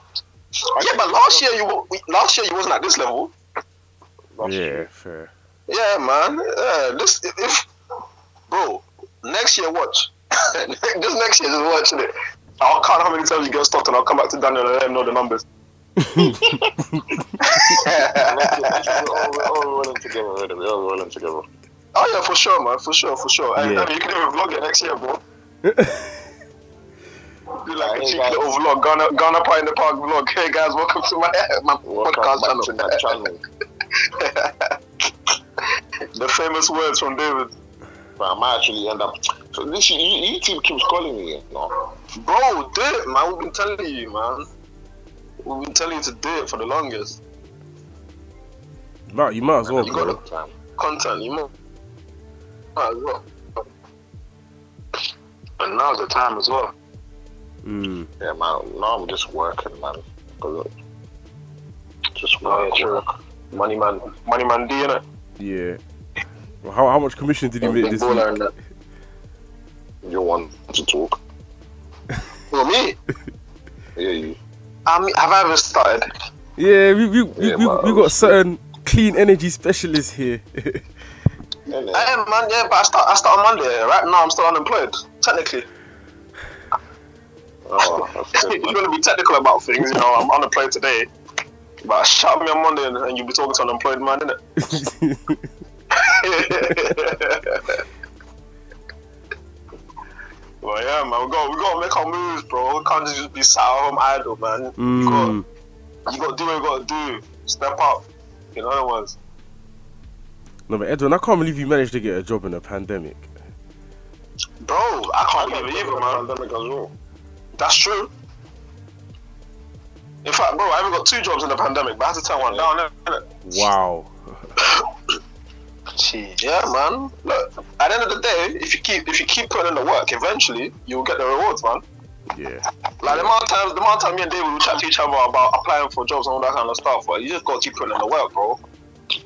Speaker 3: Yeah, but last year you wa- last year you wasn't at this level.
Speaker 2: yeah, fair.
Speaker 3: Yeah, man. Yeah, this if- if bro next year watch. this next year just watching it. I'll count how many times you get stopped, and I'll come back to Daniel and let him know the numbers.
Speaker 4: We're all, we're all rolling together. Already. We're all rolling together.
Speaker 3: Oh yeah, for sure, man. For sure, for sure. Hey,
Speaker 2: Yeah.
Speaker 3: Daniel, you can even vlog it next year, bro. Do like a
Speaker 4: Hey,
Speaker 3: cheeky
Speaker 4: guys.
Speaker 3: little vlog, Ghana, Ghana Pie in the Park vlog. Hey guys, welcome to my my
Speaker 4: Welcome
Speaker 3: podcast channel.
Speaker 4: back to my channel.
Speaker 3: The famous words from David.
Speaker 4: But I might actually end up. So this you- you- YouTube keeps calling me. You know?
Speaker 3: Bro, do it, man. We've been telling you, man. We've been telling you to do it for the longest.
Speaker 2: Nah, you might as well,
Speaker 3: You
Speaker 2: bro.
Speaker 3: gotta- Content, you know. Might as well. And now's the time as well.
Speaker 2: Mm.
Speaker 4: Yeah, man. Now I'm just working, man. 'Cause I- Just work.
Speaker 3: yeah, true.
Speaker 4: work.
Speaker 3: Money man, money man D, innit?
Speaker 2: Yeah. Well, how how much commission did you make
Speaker 3: Big
Speaker 2: this week?
Speaker 3: baller and that.
Speaker 4: You want to talk?
Speaker 3: Well, me?
Speaker 4: Yeah, you.
Speaker 3: I mean, have I ever started?
Speaker 2: Yeah, we we, we,
Speaker 4: Yeah,
Speaker 2: we,
Speaker 4: man,
Speaker 2: we got certain clean energy specialists here.
Speaker 4: Yeah, yeah.
Speaker 3: I am, man, yeah, but I start, I start on Monday. Right now, I'm still unemployed, technically.
Speaker 4: Oh, that's
Speaker 3: you
Speaker 4: good, man.
Speaker 3: want to be technical about things, you know, I'm unemployed today. But shout me on Monday and, and you'll be talking to an unemployed man, innit? well, yeah, man, we got we got to make our moves, bro. We can't just be sat at home idle, man.
Speaker 2: mm.
Speaker 3: You got to do what you got to do. Step up. You know what I mean?
Speaker 2: No, but Edwin, I can't believe you managed to get a job in a pandemic.
Speaker 3: Bro, I can't
Speaker 4: I'm
Speaker 3: believe
Speaker 4: in
Speaker 3: it,
Speaker 4: a
Speaker 3: man.
Speaker 4: pandemic as well.
Speaker 3: That's true. In fact, bro, I even got two jobs in the pandemic, but I had to turn one down. innit?
Speaker 2: Wow.
Speaker 5: Gee.
Speaker 3: Yeah, man. Look, at the end of the day, if you keep if you keep putting in the work, eventually you'll get the rewards, man.
Speaker 2: Yeah.
Speaker 3: Like the amount of times, the amount of time me and David will chat to each other about applying for jobs and all that kind of stuff, but you just got to keep putting in the work, bro.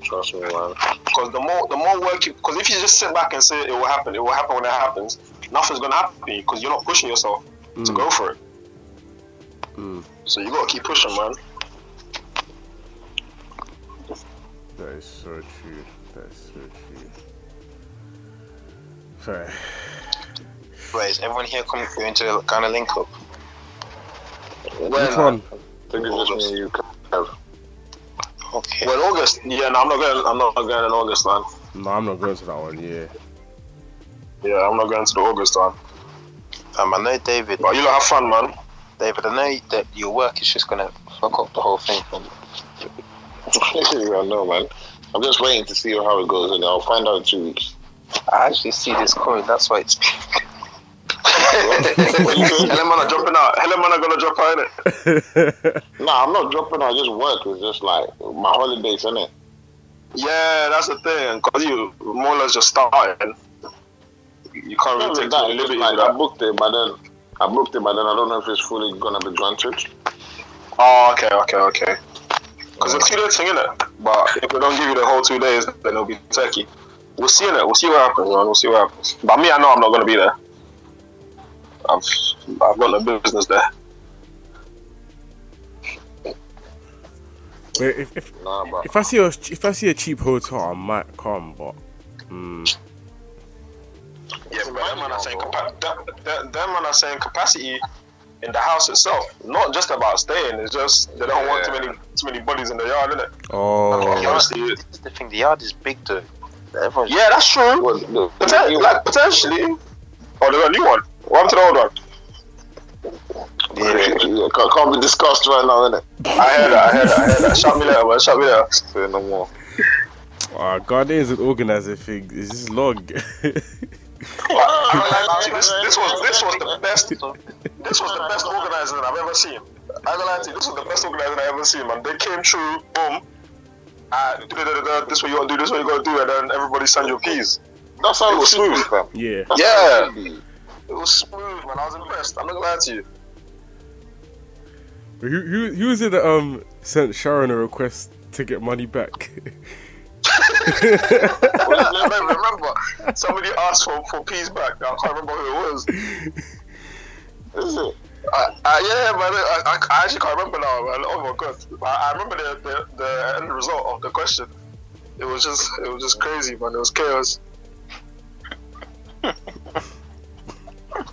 Speaker 4: Trust me, man.
Speaker 3: Because the more, the more work, you because if you just sit back and say it will happen, it will happen when it happens, nothing's gonna happen because you're not pushing yourself to
Speaker 2: Mm.
Speaker 3: go for it.
Speaker 2: Mm.
Speaker 3: So you gotta keep pushing, man.
Speaker 2: That is so true. That is so true. Sorry.
Speaker 5: Right, is everyone here coming through into the Ghana link up?
Speaker 2: Which one?
Speaker 4: I think it's just me and you. Kev.
Speaker 5: Okay.
Speaker 3: Well, in August, yeah, no, I'm not going. I'm not going in August, man.
Speaker 2: No, I'm not going to that one. Yeah.
Speaker 3: Yeah, I'm not going to the August one.
Speaker 5: um, I know David.
Speaker 3: But you lot have fun, man.
Speaker 5: David, I know that your work is just gonna fuck up the whole thing. man.
Speaker 4: I know, man. I'm just waiting to see how it goes, and I'll find out in two weeks.
Speaker 5: I actually see this coming. That's why it's.
Speaker 3: Helen man are dropping out. Helen man are gonna drop out. Innit?
Speaker 4: Nah, I'm not dropping out. Just work is just like my holidays, innit?
Speaker 3: Yeah, that's the thing. Cause you more or less just starting. You can't
Speaker 4: Not
Speaker 3: really
Speaker 4: only
Speaker 3: take the
Speaker 4: that, it's
Speaker 3: liberty.
Speaker 4: like
Speaker 3: Like
Speaker 4: I booked it, but then I booked it, but then I don't know if it's fully gonna be granted.
Speaker 3: Oh, okay, okay, okay. Cause it's a two day thing, innit? But if they don't give you the whole two days, then it'll be turkey. We'll see, innit? We'll see what happens, man. We'll see what happens. But me, I know I'm not gonna be there. I've I've got no business there.
Speaker 2: Wait, if, if
Speaker 4: Nah, but
Speaker 2: if I see a if I see a cheap hotel, I might come. But mm,
Speaker 3: Yeah, but them man are saying capa- that- that- them man are saying capacity in the house itself, not just about staying. It's just they don't want too many too many bodies in the yard, innit?
Speaker 2: oh,
Speaker 3: Honestly,
Speaker 5: This is the thing. The yard is big, though. Everyone's
Speaker 3: yeah, that's true.
Speaker 4: what, the,
Speaker 3: Poten- like potentially. Oh, they got a new one. What happened to the old one?
Speaker 4: yeah, can't, can't be discussed right now, innit?
Speaker 3: I heard that. I heard that. I heard that. Shout me later, man. Shout me later.
Speaker 4: Say no more.
Speaker 2: uh, God is an organizer thing. Is this log?
Speaker 3: I don't lie to you, this, this was this was the best. This was the best organizing I've ever seen. I don't lie to you. This was the best organizing I ever seen, man. They came through. Boom. Uh, da-da-da-da, this what you gotta do. This what you gotta do, and then everybody send your keys.
Speaker 4: That's how it was smooth, fam.
Speaker 2: yeah.
Speaker 4: That's
Speaker 3: Yeah.
Speaker 4: how it should be.
Speaker 3: It was smooth, man. I was impressed. I'm not gonna lie to you.
Speaker 2: Who, who, who is it that um, sent Sharon a request to get money back?
Speaker 3: remember, remember, somebody asked for, for peas back. I can't remember who it was. Is it? Uh, uh, yeah, but I, I, I actually can't remember now. Man. Oh my god! I, I remember the, the the end result of the question. It was just it was just crazy, man. It was chaos. it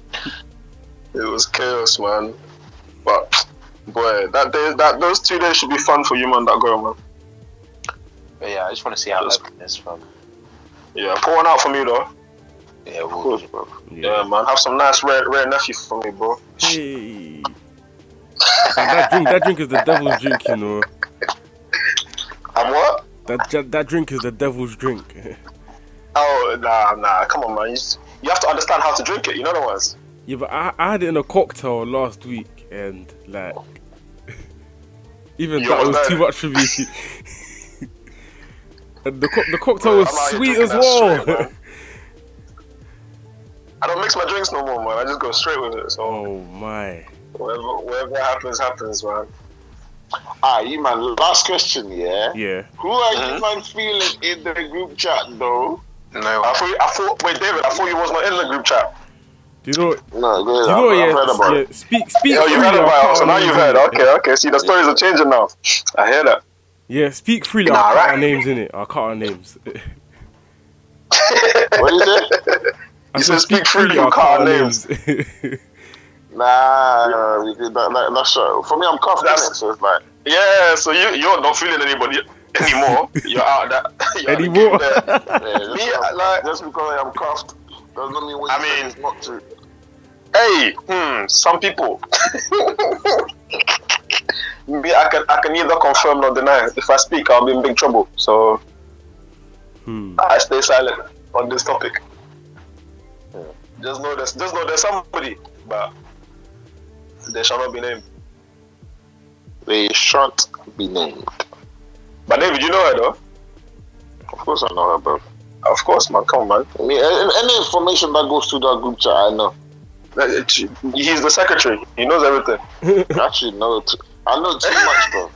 Speaker 3: was chaos, man. But boy, that day, that those two days should be fun for you, man. That girl, man.
Speaker 5: But yeah, I just want to see how Lebanon is from.
Speaker 3: Yeah, pour one out for me though.
Speaker 5: Yeah, we'll, bro.
Speaker 3: Yeah, man. Have some nice red red nephew for me, bro.
Speaker 2: Hey. And that drink, that drink is the devil's drink, you know.
Speaker 3: And what?
Speaker 2: That ju- that drink is the devil's drink.
Speaker 3: Oh nah, nah. Come on, man. You, just- you have to understand how to drink it. You know the ones.
Speaker 2: yeah, but I, I had it in a cocktail last week, and like, even
Speaker 3: You
Speaker 2: that was
Speaker 3: was
Speaker 2: too
Speaker 3: there.
Speaker 2: much for me. and the co- the cocktail was
Speaker 3: I'm out here
Speaker 2: sweet
Speaker 3: drinking
Speaker 2: as
Speaker 3: that
Speaker 2: well.
Speaker 3: straight, man. I don't mix my drinks no more, man. I just go straight with it. So
Speaker 2: oh my!
Speaker 3: whatever, whatever happens, happens, man.
Speaker 4: Ah, you man. Last question, yeah.
Speaker 2: Yeah,
Speaker 4: Who are
Speaker 3: Mm-hmm.
Speaker 4: you man feeling in the group chat though?
Speaker 5: No,
Speaker 3: I thought, you, I thought. Wait, David. I thought you was not in the group chat.
Speaker 2: do you know?
Speaker 4: No,
Speaker 2: Do you know?
Speaker 4: I've,
Speaker 2: Yeah,
Speaker 4: I've heard about
Speaker 2: yeah.
Speaker 4: it.
Speaker 2: Speak, speak.
Speaker 3: Oh, you
Speaker 2: freely,
Speaker 3: heard
Speaker 2: I
Speaker 3: about it.
Speaker 2: can't
Speaker 3: So now
Speaker 2: name
Speaker 3: you heard.
Speaker 2: it.
Speaker 3: Okay, okay. See, the stories are changing now. I hear that.
Speaker 2: Yeah, speak freely.
Speaker 3: Nah,
Speaker 2: I can't
Speaker 3: right.
Speaker 2: our names in it. I can't our names.
Speaker 4: What is it?
Speaker 2: I
Speaker 3: You
Speaker 2: said
Speaker 3: said
Speaker 2: speak
Speaker 3: speak freely,
Speaker 2: freely. I
Speaker 3: you
Speaker 2: can't our
Speaker 3: can't our
Speaker 2: names.
Speaker 4: Nah, we did that, that, that's right. For me, I'm cuffed,
Speaker 3: That's-
Speaker 4: innit? so it's like.
Speaker 3: Yeah. So you you're not feeling anybody anymore. You're out of that. You're out of the
Speaker 2: Anymore.
Speaker 3: game there.
Speaker 4: Yeah, just,
Speaker 3: Me,
Speaker 4: because,
Speaker 3: like-
Speaker 4: just because I'm cuffed doesn't mean what
Speaker 3: I
Speaker 4: you said
Speaker 3: mean-
Speaker 4: is not true.
Speaker 3: hey, hmm, some people. Me, I can I can neither confirm nor deny. If I speak, I'll be in big trouble. So
Speaker 2: Hmm.
Speaker 3: I stay silent on this topic. Just know there's just know there's somebody, but they shall not be named.
Speaker 4: They shan't be named.
Speaker 3: But David, you know her though.
Speaker 4: Of course, I know her, bro.
Speaker 3: Of course, man. Come on, man.
Speaker 4: I mean, any, any information that goes through that group chat, I know.
Speaker 3: He's the secretary. He knows everything.
Speaker 4: I actually know it. I know too much, bro.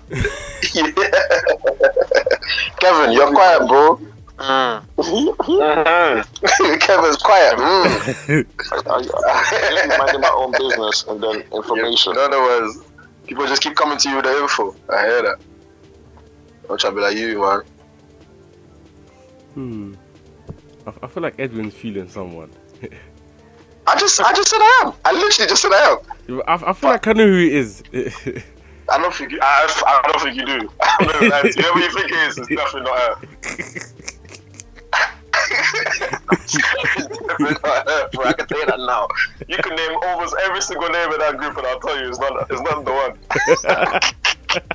Speaker 3: Kevin, you're quiet, bro.
Speaker 5: Mm.
Speaker 3: Kevin's quiet. Mm.
Speaker 4: I, I, I minding my own business and then information.
Speaker 3: In other words, people just keep coming to you with the info. I hear that. I'm trying to be like you, man.
Speaker 2: Hmm. I, I feel like Edwin's feeling someone.
Speaker 3: I just, I just said I am. I literally just said I am.
Speaker 2: I, I feel like I know who it is.
Speaker 3: I don't think you. I, I don't think you do. I'm not gonna lie to you. Whoever you think it is, it's definitely not her. It's definitely not her, bro. I can tell you that now. You can name almost every single name in that group, and I'll tell you, it's not, it's not the one.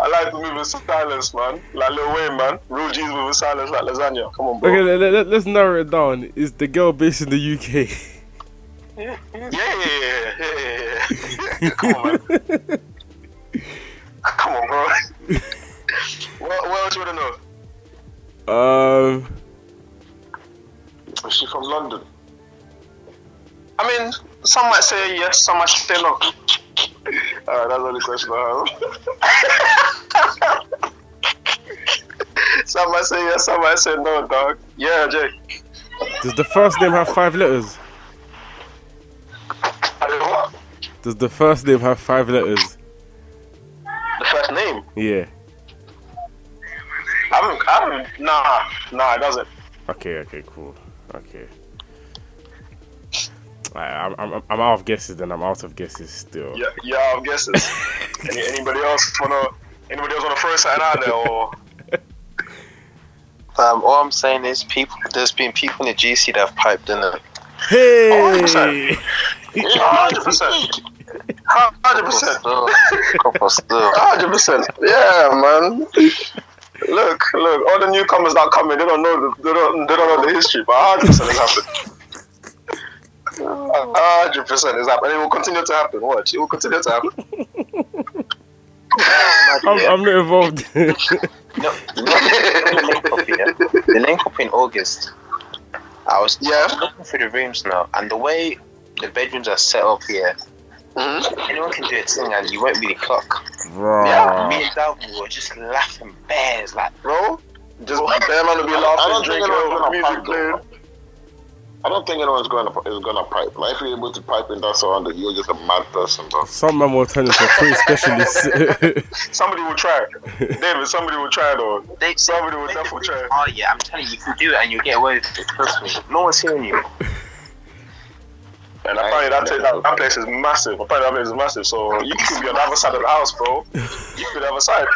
Speaker 3: I like to move in silence, man. Like Lil Wayne, man. Real G's move in silence like lasagna. Come on, bro.
Speaker 2: okay, let, let, us narrow it down. Is the girl based in the UK?
Speaker 3: Yeah, yeah, yeah, yeah, yeah. Come on, man. Come on, bro. what, what else you want to know?
Speaker 2: um,
Speaker 4: Is she from London?
Speaker 3: I mean, some might say yes, some might say no.
Speaker 4: Alright, that's the only question I have.
Speaker 3: Some might say yes, some might say no, dog. Yeah, Jay.
Speaker 2: does the first name have five letters?
Speaker 3: I mean, what?
Speaker 2: Does the first name have five letters?
Speaker 3: The first name?
Speaker 2: Yeah.
Speaker 3: I haven't, I haven't, nah, nah, it doesn't.
Speaker 2: Okay. Okay. Cool. Okay. I, I'm, I'm, I'm out of guesses. Then I'm out of guesses still.
Speaker 3: Yeah, yeah, I'm guessing. Any, anybody else wanna, anybody else wanna throw something out there or?
Speaker 5: Um, all I'm saying is, people. There's been people in the GC that have piped in it.
Speaker 2: Hey.
Speaker 3: Hundred percent. Hundred percent.
Speaker 5: Still, couple still.
Speaker 3: Hundred percent. Yeah, man. Look, look. All the newcomers that come in, they don't know. The, they don't. They don't know the history. But hundred percent has happened. Hundred percent has happened. It will continue to happen. Watch. It will continue to happen.
Speaker 2: I'm, I'm not involved.
Speaker 5: No, no, the link up in August. I was
Speaker 4: Yeah.
Speaker 5: looking through the rooms now, and the way the bedrooms are set up here, anyone can do a thing, and you won't really clock.
Speaker 2: Bro.
Speaker 5: Yeah, me and Dalvin were just laughing bears, like
Speaker 3: bro. Just bare man will be laughing,
Speaker 4: don't think
Speaker 3: drinking,
Speaker 4: anyone's gonna
Speaker 3: music
Speaker 4: fight,
Speaker 3: playing.
Speaker 4: though. I don't think anyone's going to is going to pipe. Like if you're able to pipe in that surrounding, you're just a mad person, bro.
Speaker 2: Some man will turn into a trade specialist.
Speaker 3: Somebody will try. David, somebody will try though.
Speaker 5: they
Speaker 3: Somebody will
Speaker 5: they-
Speaker 3: definitely try.
Speaker 5: Oh yeah, I'm telling you, you can do it, and you'll get away with it. Trust me, no one's hearing you.
Speaker 3: And apparently that, that, that place is massive. Apparently that place is massive. So you could be on the other side of the house, bro. You could be on the other side.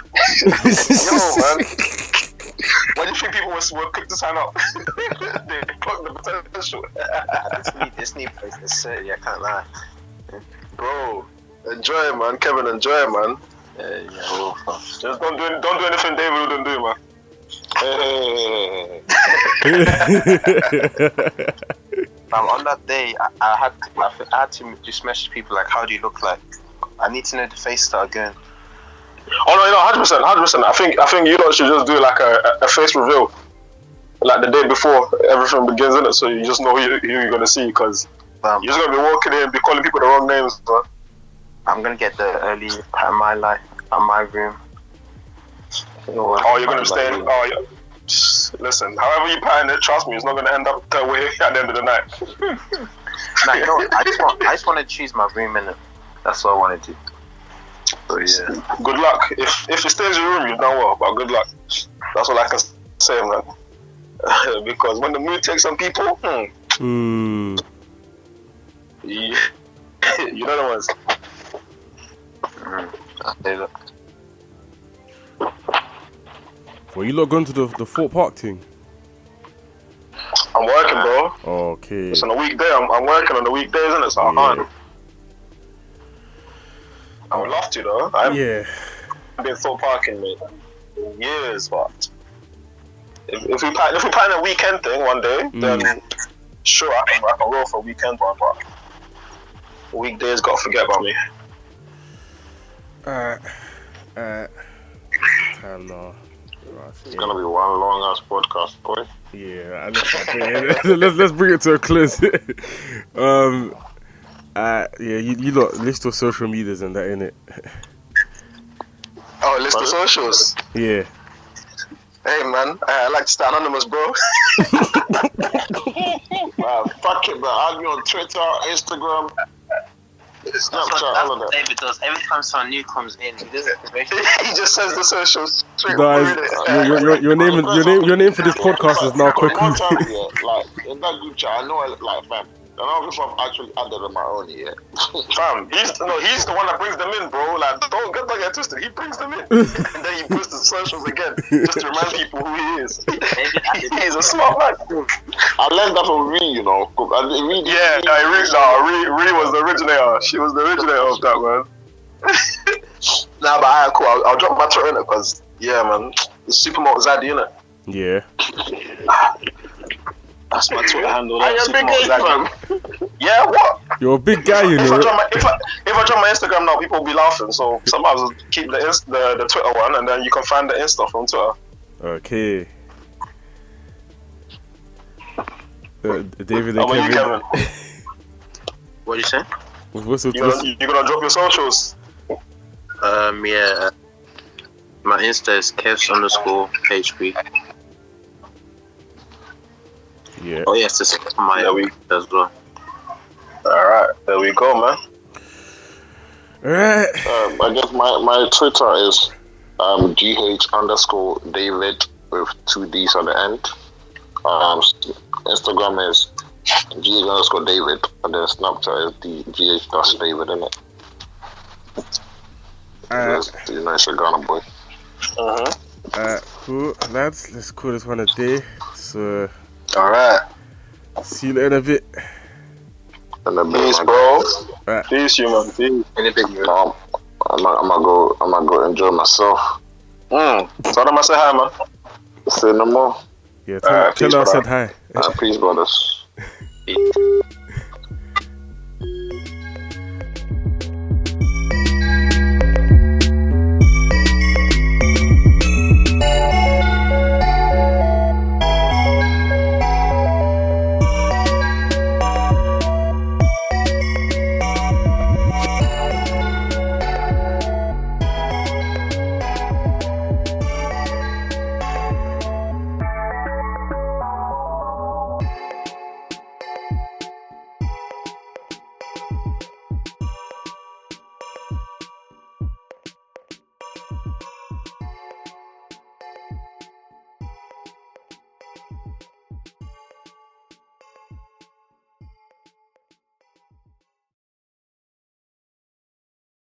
Speaker 3: Yo, man. Why do you think people were, were quick to sign up? they clocked the potential.
Speaker 5: this, new, this new place is silly. uh, I can't lie.
Speaker 3: Bro, enjoy it, man. Kevin, enjoy it, man.
Speaker 5: Uh, yeah, well, fuck.
Speaker 3: Just don't do, don't do anything David wouldn't do, man.
Speaker 5: Um, on that day, I, I had to, I, fe- I had to just message people like, "How do you look like?" I need to know the face that are going.
Speaker 3: Oh no, you know, hundred percent, hundred percent. I think I think you lot should just do like a, a face reveal, like the day before everything begins, in it. So you just know who, you, who you're gonna see, because
Speaker 5: Um,
Speaker 3: you're just gonna be walking in, be calling people the wrong names, man.
Speaker 5: I'm gonna get the early part of my life at my room.
Speaker 3: Oh, you're gonna stay. In, oh, yeah. Psst, Listen, however you plan it, trust me, it's not gonna end up that way at the end of the night.
Speaker 5: Nah, you know, what? I just want, I just want to choose my room in That's what I want to do. So yeah,
Speaker 3: Good luck. If if it stays in your room, you've done well, but good luck. That's all I can say, man. because when the mood takes some people, hmm,
Speaker 2: Hmm.
Speaker 3: you, you know the ones.
Speaker 5: I'll do that.
Speaker 2: Well, you lot going to the, the Fort Park thing?
Speaker 3: I'm working, bro.
Speaker 2: Okay.
Speaker 3: It's on a weekday. I'm, I'm working on the weekdays, and it's so
Speaker 2: Yeah.
Speaker 3: hard. I would love to though. I haven't
Speaker 2: Yeah.
Speaker 3: been thought parking mate, in years, but if, if we plan, if we plan a weekend thing one day, then sure, I can, I can roll for a weekend one, but weekdays got to forget about me.
Speaker 2: Alright. Alright. Time now. Right,
Speaker 4: It's gonna be one long ass podcast, boy.
Speaker 2: Yeah, I let's, let's let's bring it to a close. um, uh, yeah, you you lot list your social medias and that in it.
Speaker 3: Oh, list the socials.
Speaker 2: Yeah,
Speaker 3: Hey man, I, I like to stay anonymous, bro.
Speaker 4: Nah, fuck it, bro. Add me on Twitter, Instagram,
Speaker 5: That's
Speaker 4: Snapchat,
Speaker 5: what,
Speaker 4: all
Speaker 5: that's
Speaker 4: of that.
Speaker 5: what David does. Every time someone new comes in, he does it.
Speaker 3: he just says the socials. Straight
Speaker 2: guys,
Speaker 3: forward, innit?
Speaker 2: your, your, your, your name is- your name your name for this podcast is now
Speaker 4: But the one time,
Speaker 2: Kwaku.
Speaker 4: yeah, like in that group chat, I know, like, man, a lot of people have actually added on my own, yeah.
Speaker 3: Fam, he's no, he's the one that brings them in, bro. Like, don't get don't get twisted. He brings them in, and then he puts the socials again just to remind people who he is. he's a smart man.
Speaker 4: I learned that from Ree, you know. 'cause I didn't- Ree,
Speaker 3: Yeah,
Speaker 4: Ree-
Speaker 3: no, Ree, no, Ree, Ree was the originator. She was the originator of that, man. nah, but alright, cool. I'll, I'll drop my Twitter in it because yeah, man, it's Supermodel Zaddy in it.
Speaker 2: Yeah,
Speaker 3: That's my Twitter handle.
Speaker 4: I am
Speaker 3: that's
Speaker 4: big
Speaker 3: Supermodel
Speaker 4: guy,
Speaker 3: Zaddy. Yeah, what?
Speaker 2: you're a big guy, you
Speaker 3: if, I
Speaker 2: know.
Speaker 3: drop my, if, I, if I drop my Instagram now, people will be laughing. So sometimes I'll keep the, Inst- the the Twitter one, and then you can find the Insta from Twitter.
Speaker 2: Okay. Uh, David and
Speaker 3: How about Oh, you,
Speaker 2: Kevin,
Speaker 3: Kevin?
Speaker 5: What do you say?
Speaker 2: what's your
Speaker 3: You gonna,
Speaker 2: what's,
Speaker 3: you gonna drop your socials?
Speaker 5: Um, yeah. My Insta is kevs underscore hb.
Speaker 2: yeah?
Speaker 5: Oh yes, this is my
Speaker 3: Yeah, we-
Speaker 5: as well.
Speaker 3: All right, there we go, man.
Speaker 2: Alright,
Speaker 4: Um, I guess my, my Twitter is um, gh underscore David with two D's on the end. Um, Instagram is gh underscore David, and then Snapchat is the gh dash David, innit? it?
Speaker 2: alright,
Speaker 4: you know, it's a Ghana boy.
Speaker 3: Uh-huh.
Speaker 2: alright, cool, lads. Let's call this one a day. So
Speaker 3: All right,
Speaker 2: see you later in a bit.
Speaker 4: And then,
Speaker 3: peace, bro.
Speaker 2: Alright.
Speaker 3: Peace, you man. Peace.
Speaker 4: No, I'm, I'm, I'm gonna go. I'm gonna go enjoy myself.
Speaker 3: Mm. Tell them I say hi, man.
Speaker 4: Say no more.
Speaker 2: Yeah, tell,
Speaker 3: Alright,
Speaker 2: tell
Speaker 3: peace,
Speaker 2: her I
Speaker 3: brother.
Speaker 2: said hi.
Speaker 4: Uh, peace, brothers.